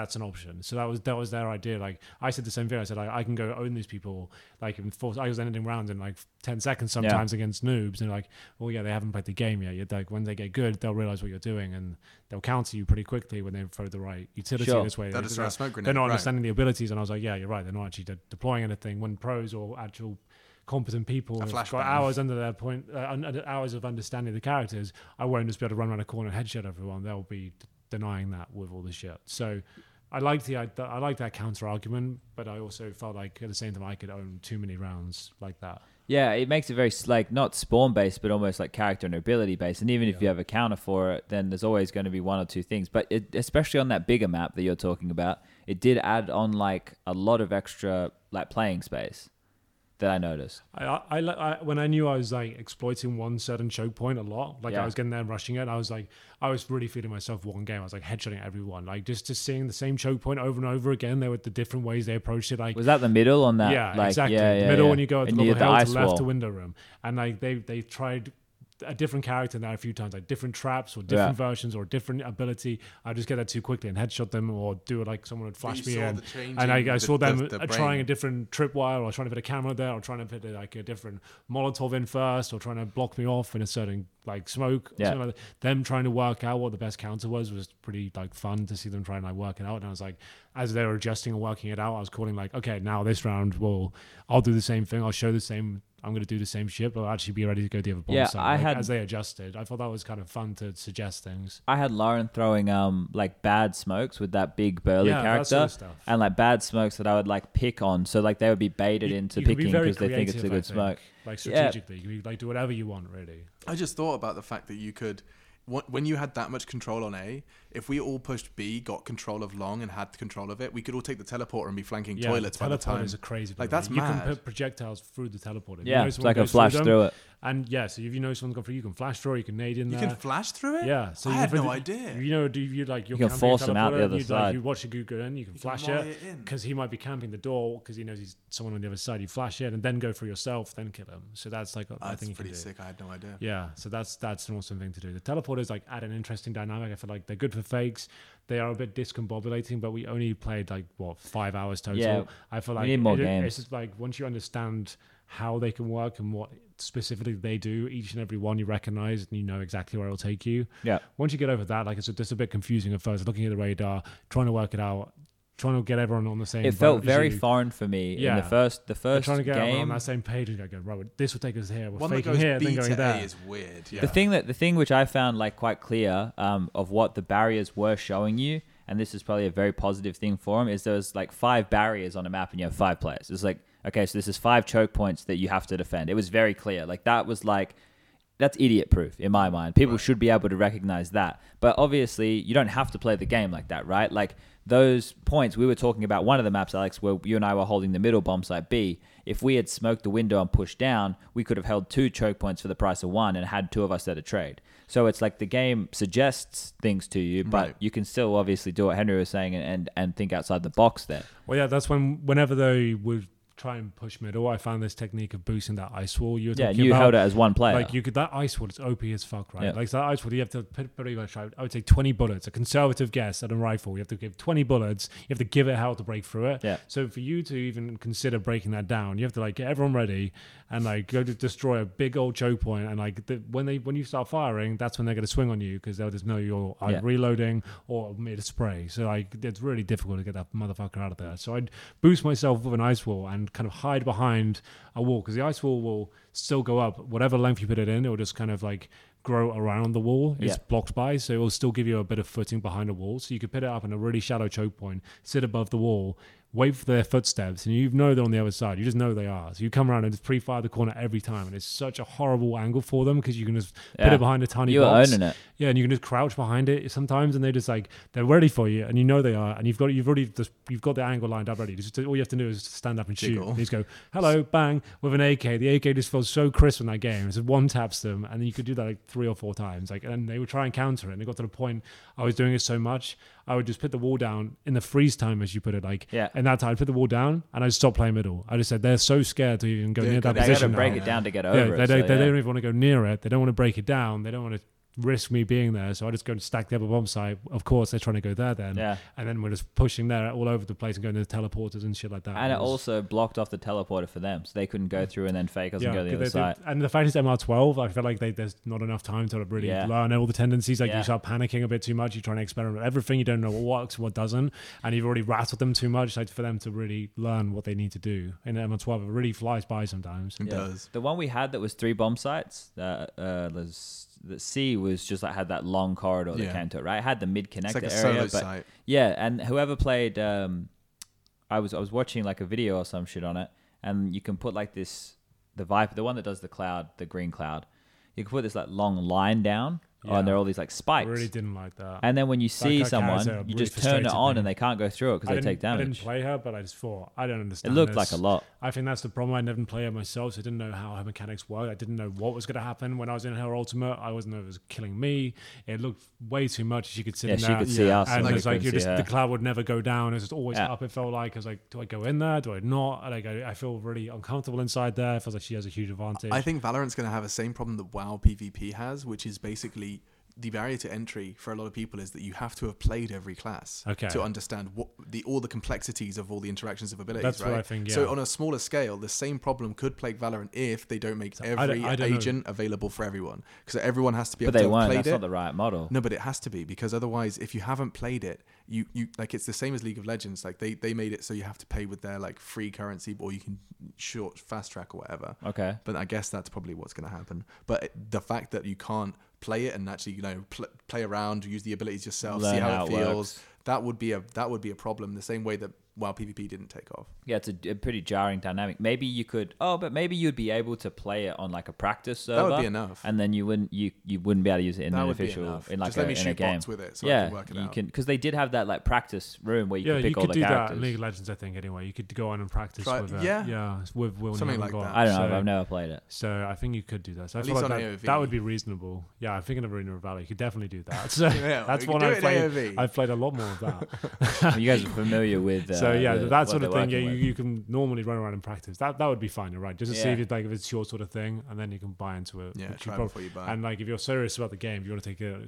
that's an option. So that was that was their idea. Like I said the same thing. I said like, I can go own these people. Like in force, I was ending rounds in like ten seconds sometimes against noobs, and like, well, yeah, they haven't played the game yet. You're like, when they get good, they'll realize what you're doing, and they'll counter you pretty quickly when they throw the right utility
Sure.
this way.
They'll
They-
just
they're,
throw a smoke grenade,
they're not
right.
understanding the abilities, and I was like, yeah, you're right. They're not actually de- deploying anything. When pros or actual competent people have got
flashbang.
hours under their point, uh, un- under hours of understanding the characters, I won't just be able to run around a corner and headshot everyone. They'll be d- denying that with all the shit. So I like the I, I like that counter argument, but I also felt like at the same time I could own too many rounds like that.
yeah, it makes it very s- like not spawn based, but almost like character and ability based. And even if you have a counter for it, then there's always going to be one or two things. But it, especially on that bigger map that you're talking about, it did add on like a lot of extra like playing space that I noticed.
I, I, I, li- I when I knew I was like exploiting one certain choke point a lot, like I
Yeah.
was getting there and rushing it, and I was like, I was really feeling myself one game. I was like headshotting everyone, like just just seeing the same choke point over and over again. There were the different ways they approached it, like
Was that the middle on that?
yeah,
like,
exactly.
Yeah, yeah,
the middle
yeah.
when you go out the
And
little
you
hill
had
to
ice
left
wall.
the window room, and like they they tried a different character now a few times, like different traps or different versions or different ability. I just get that too quickly and headshot them, or do like someone would flash
you
me
saw
in,
the change
and I,
in
I
the-
saw them
the- the
uh,
brain.
trying a different tripwire, or trying to put a camera there, or trying to put uh, like a different Molotov in first, or trying to block me off in a certain like smoke. Or
Yeah.
something like that. Them trying to work out what the best counter was was pretty like fun to see them trying to like work it out. And I was like, as they were adjusting and working it out, I was calling like, okay, now this round, will I'll do the same thing. I'll show the same. I'm going to do the same shit, but I'll actually be ready to go the other bomb
Yeah,
side.
I
Like,
had-
as they adjusted. I thought that was kind of fun to suggest things.
I had Lauren throwing um like bad smokes with that big burly
Yeah, that
character,
sort of stuff.
and like bad smokes that I would like pick on. So like they would be baited into
You can be
picking
very
because they think it's a
creative, I
good smoke.
think, Like
Yeah.
strategically, you can like do whatever you want, really.
I just thought about the fact that you could, wh- when you had that much control on A, if we all pushed B, got control of long, and had control of it, we could all take the teleporter and be flanking
Yeah,
toilets by the
teleporters
time.
are crazy.
Like,
by the
that's
way. You
mad.
can put projectiles through the teleporter. If you
Yeah,
know
it's
someone
like a
goes
flash
them,
through it.
And yeah, so if you know someone's gone through, you can flash throw, you can nade in
You
there.
can flash through it.
Yeah, so
I
you
had
put
no
the-
idea.
You know, do you like you're
You can
camping
force
a
them out the
teleporter,
other
you, Like,
side.
you watch a good go in, you can flash
wire
it
it in.
because he might be camping the door because he knows he's someone on the other side. You flash it and then go for yourself, then kill him. So that's like I
That's
think
pretty
you can do.
sick. I had no idea.
Yeah, so that's that's an awesome thing to do. The teleporters like add an interesting dynamic. I feel like they're good for fakes. They are a bit discombobulating, but we only played like what five hours total.
Yeah,
I feel
we
like
need more
it-
games.
It's just like once you understand how they can work and what specifically they do, each and every one you recognize and you know exactly where it'll take you.
Yeah.
Once you get over that, like it's just a bit confusing at first, looking at the radar, trying to work it out, trying to get everyone on the same.
It felt
boat as
very
you.
foreign for me in
Yeah.
the first the
They're
first
trying to get everyone on
game.
that same page and go, right, this will take us here. We're
One that
faking
goes
here,
B
then going
to
there.
A is weird. Yeah.
The thing that the thing which I found like quite clear um, of what the barriers were showing you, and this is probably a very positive thing for him, is there was like five barriers on a map and you have five players. It's like okay, so this is five choke points that you have to defend. It was very clear. Like that was like that's idiot proof in my mind. People should be able to recognize that. But obviously, you don't have to play the game like that, right? Like those points we were talking about one of the maps, Alex, where you and I were holding the middle bomb site B. If we had smoked the window and pushed down, we could have held two choke points for the price of one and had two of us at a trade. So it's like the game suggests things to you, but
Right.
you can still obviously do what Henry was saying and, and, and think outside the box there.
Well, yeah, that's when whenever they would try and push middle, I found this technique of boosting that ice wall. You were
Yeah,
talking
you
about.
held it as one player.
Like you could that ice wall, it's OP as fuck, right?
Yeah.
Like so that ice wall, you have to put pretty much. I would- I would say twenty bullets, a conservative guess at a rifle. You have to give twenty bullets. You have to give it hell to break through it.
Yeah.
So for you to even consider breaking that down, you have to like get everyone ready and like go to destroy a big old choke point. And like the, when they when you start firing, that's when they're gonna swing on you because they'll just know you're either
Yeah.
reloading or mid spray. So like it's really difficult to get that motherfucker out of there. So I'd boost myself with an ice wall and kind of hide behind a wall because the ice wall will still go up whatever length you put it in. It will just kind of like grow around the wall. It's
Yeah.
blocked by, so it will still give you a bit of footing behind a wall. So you could put it up in a really shallow choke point, sit above the wall, wait for their footsteps, and you know they're on the other side. You just know they are. So you come around and just pre-fire the corner every time, and it's such a horrible angle for them because you can just put
Yeah.
it behind a tiny
You were
box.
owning it.
Yeah, and you can just crouch behind it sometimes, and they just like they're ready for you, and you know they are, and you've got you've already just, you've got the angle lined up ready. Just all you have to do is stand up and shoot.
Jiggle.
And you just go hello, bang with an AK. The AK just feels so crisp in that game. It's just one taps them, and then you could do that like three or four times. Like, and they would try and counter it. And it got to the point I was doing it so much, I would just put the wall down in the freeze time, as you put it. Like,
Yeah.
And that time, I'd put the wall down, and I would stop playing middle. I just said they're so scared to even go
They're
near
gonna-
that
They got to
position.
now.
break it
Yeah.
down to get
Yeah,
over
they,
it.
don't,
so
they
yeah.
don't even want to go near it. They don't want to break it down. They don't want to risk me being there. So I just go and stack the other bomb site. Of course, they're trying to go there then.
Yeah.
And then we're just pushing there all over the place and going to the teleporters and shit like that.
And it
was-
also blocked off the teleporter for them, so they couldn't go through and then fake us and go to the
'cause
other
they- they-
side.
and the fact is MR12, I feel like they, there's not enough time to really
Yeah.
learn all the tendencies. Like
Yeah.
you start panicking a bit too much, you're trying to experiment with everything, you don't know what works, what doesn't, and you've already rattled them too much. Like for them to really learn what they need to do. And MR12, it really flies by sometimes.
It
Yeah.
does.
The one we had that was three bomb sites. Uh, uh, was, the C was just like had that long corridor that
Yeah.
came to it, right? It had the mid connector
It's like a
area,
solo
but
site.
yeah. And whoever played, um, I was I was watching like a video or some shit on it, and you can put like this the viper, the one that does the cloud, the green cloud. You can put this like long line down, oh,
Yeah.
and there are all these like
I
spikes.
really didn't like that.
and then when you see
character
someone,
really
you just turn it
frustrated
on
me.
and they can't go through it
I
because they
didn't-
take
I didn't
damage.
play her, but I just thought I don't
It
understand.
looked
this.
like a lot.
I think that's the problem. I never played her myself, so I didn't know how her mechanics worked. I didn't know what was going to happen when I was in her ultimate. I wasn't know if it was killing me. It looked way too much. She could sit
Yeah,
in
she
there,
could see
Yeah.
us.
and
Like,
we
it
it's like
couldn't
you
see
just
her.
the cloud would never go down. It was just always
Yeah.
up. It felt like I was like, do I go in there? Do I not? Like I, I feel really uncomfortable inside there. It feels like she has a huge advantage.
I think Valorant's going to have the same problem that WoW PvP has, which is basically the barrier to entry for a lot of people is that you have to have played every class
Okay.
to understand what the all the complexities of all the interactions of abilities.
That's
right?
what I think,
So
yeah.
on a smaller scale, the same problem could plague Valorant if they don't make
I
every
don't- I don't know.
agent available for everyone, because everyone has to be
But
able
they
to have
weren't.
played
That's
it.
not the right model.
No, but it has to be because otherwise, if you haven't played it, you you like it's the same as League of Legends. Like they they made it so you have to pay with their like free currency, or you can short fast track or whatever.
Okay.
But I guess that's probably what's going to happen. But it- the fact that you can't play it and actually you know pl- play around, use the abilities yourself, see
Learn
how,
how
it
it
feels,
works.
that would be a that would be a problem. The same way that WoW PvP didn't take off.
Yeah, it's a, a pretty jarring dynamic. Maybe you could. Oh, but maybe you'd be able to play it on like a practice
Oh, That
server.
would be enough.
And then you wouldn't you you wouldn't be able to use it in
That
an
would be
official
enough.
in like
Just
a,
let me
in a
shoot
game.
bots with it so I
yeah,
can work it
you
out.
can because they did have that like practice room where you
yeah,
could
you
pick all
could
the
do that
characters.
in League of Legends. I think anyway, you could go on and practice
Try-
with it.
yeah.
yeah, with Will
Something like
Newton
that.
Gott.
I don't know.
So-
I've never played it.
So I think you could do that. So I
At
feel
least
like
on
that,
AOV.
that would be reasonable. Yeah, I think in Arena of Valley, you could definitely do that. So
Yeah,
that's
we could
one
do
I
it in
played.
AOV.
I've played a lot more of that.
you guys are familiar with. Uh,
so yeah,
the-
that
what
sort of
they're
thing. Yeah,
working
you,
with.
you can normally run around and practice. That that would be fine. You're right. Just to see
Yeah.
if it's like if it's your sort of thing, and then you can buy into it.
Yeah,
which you
try
prob-
before you buy.
and like if you're serious about the game, if you want to take a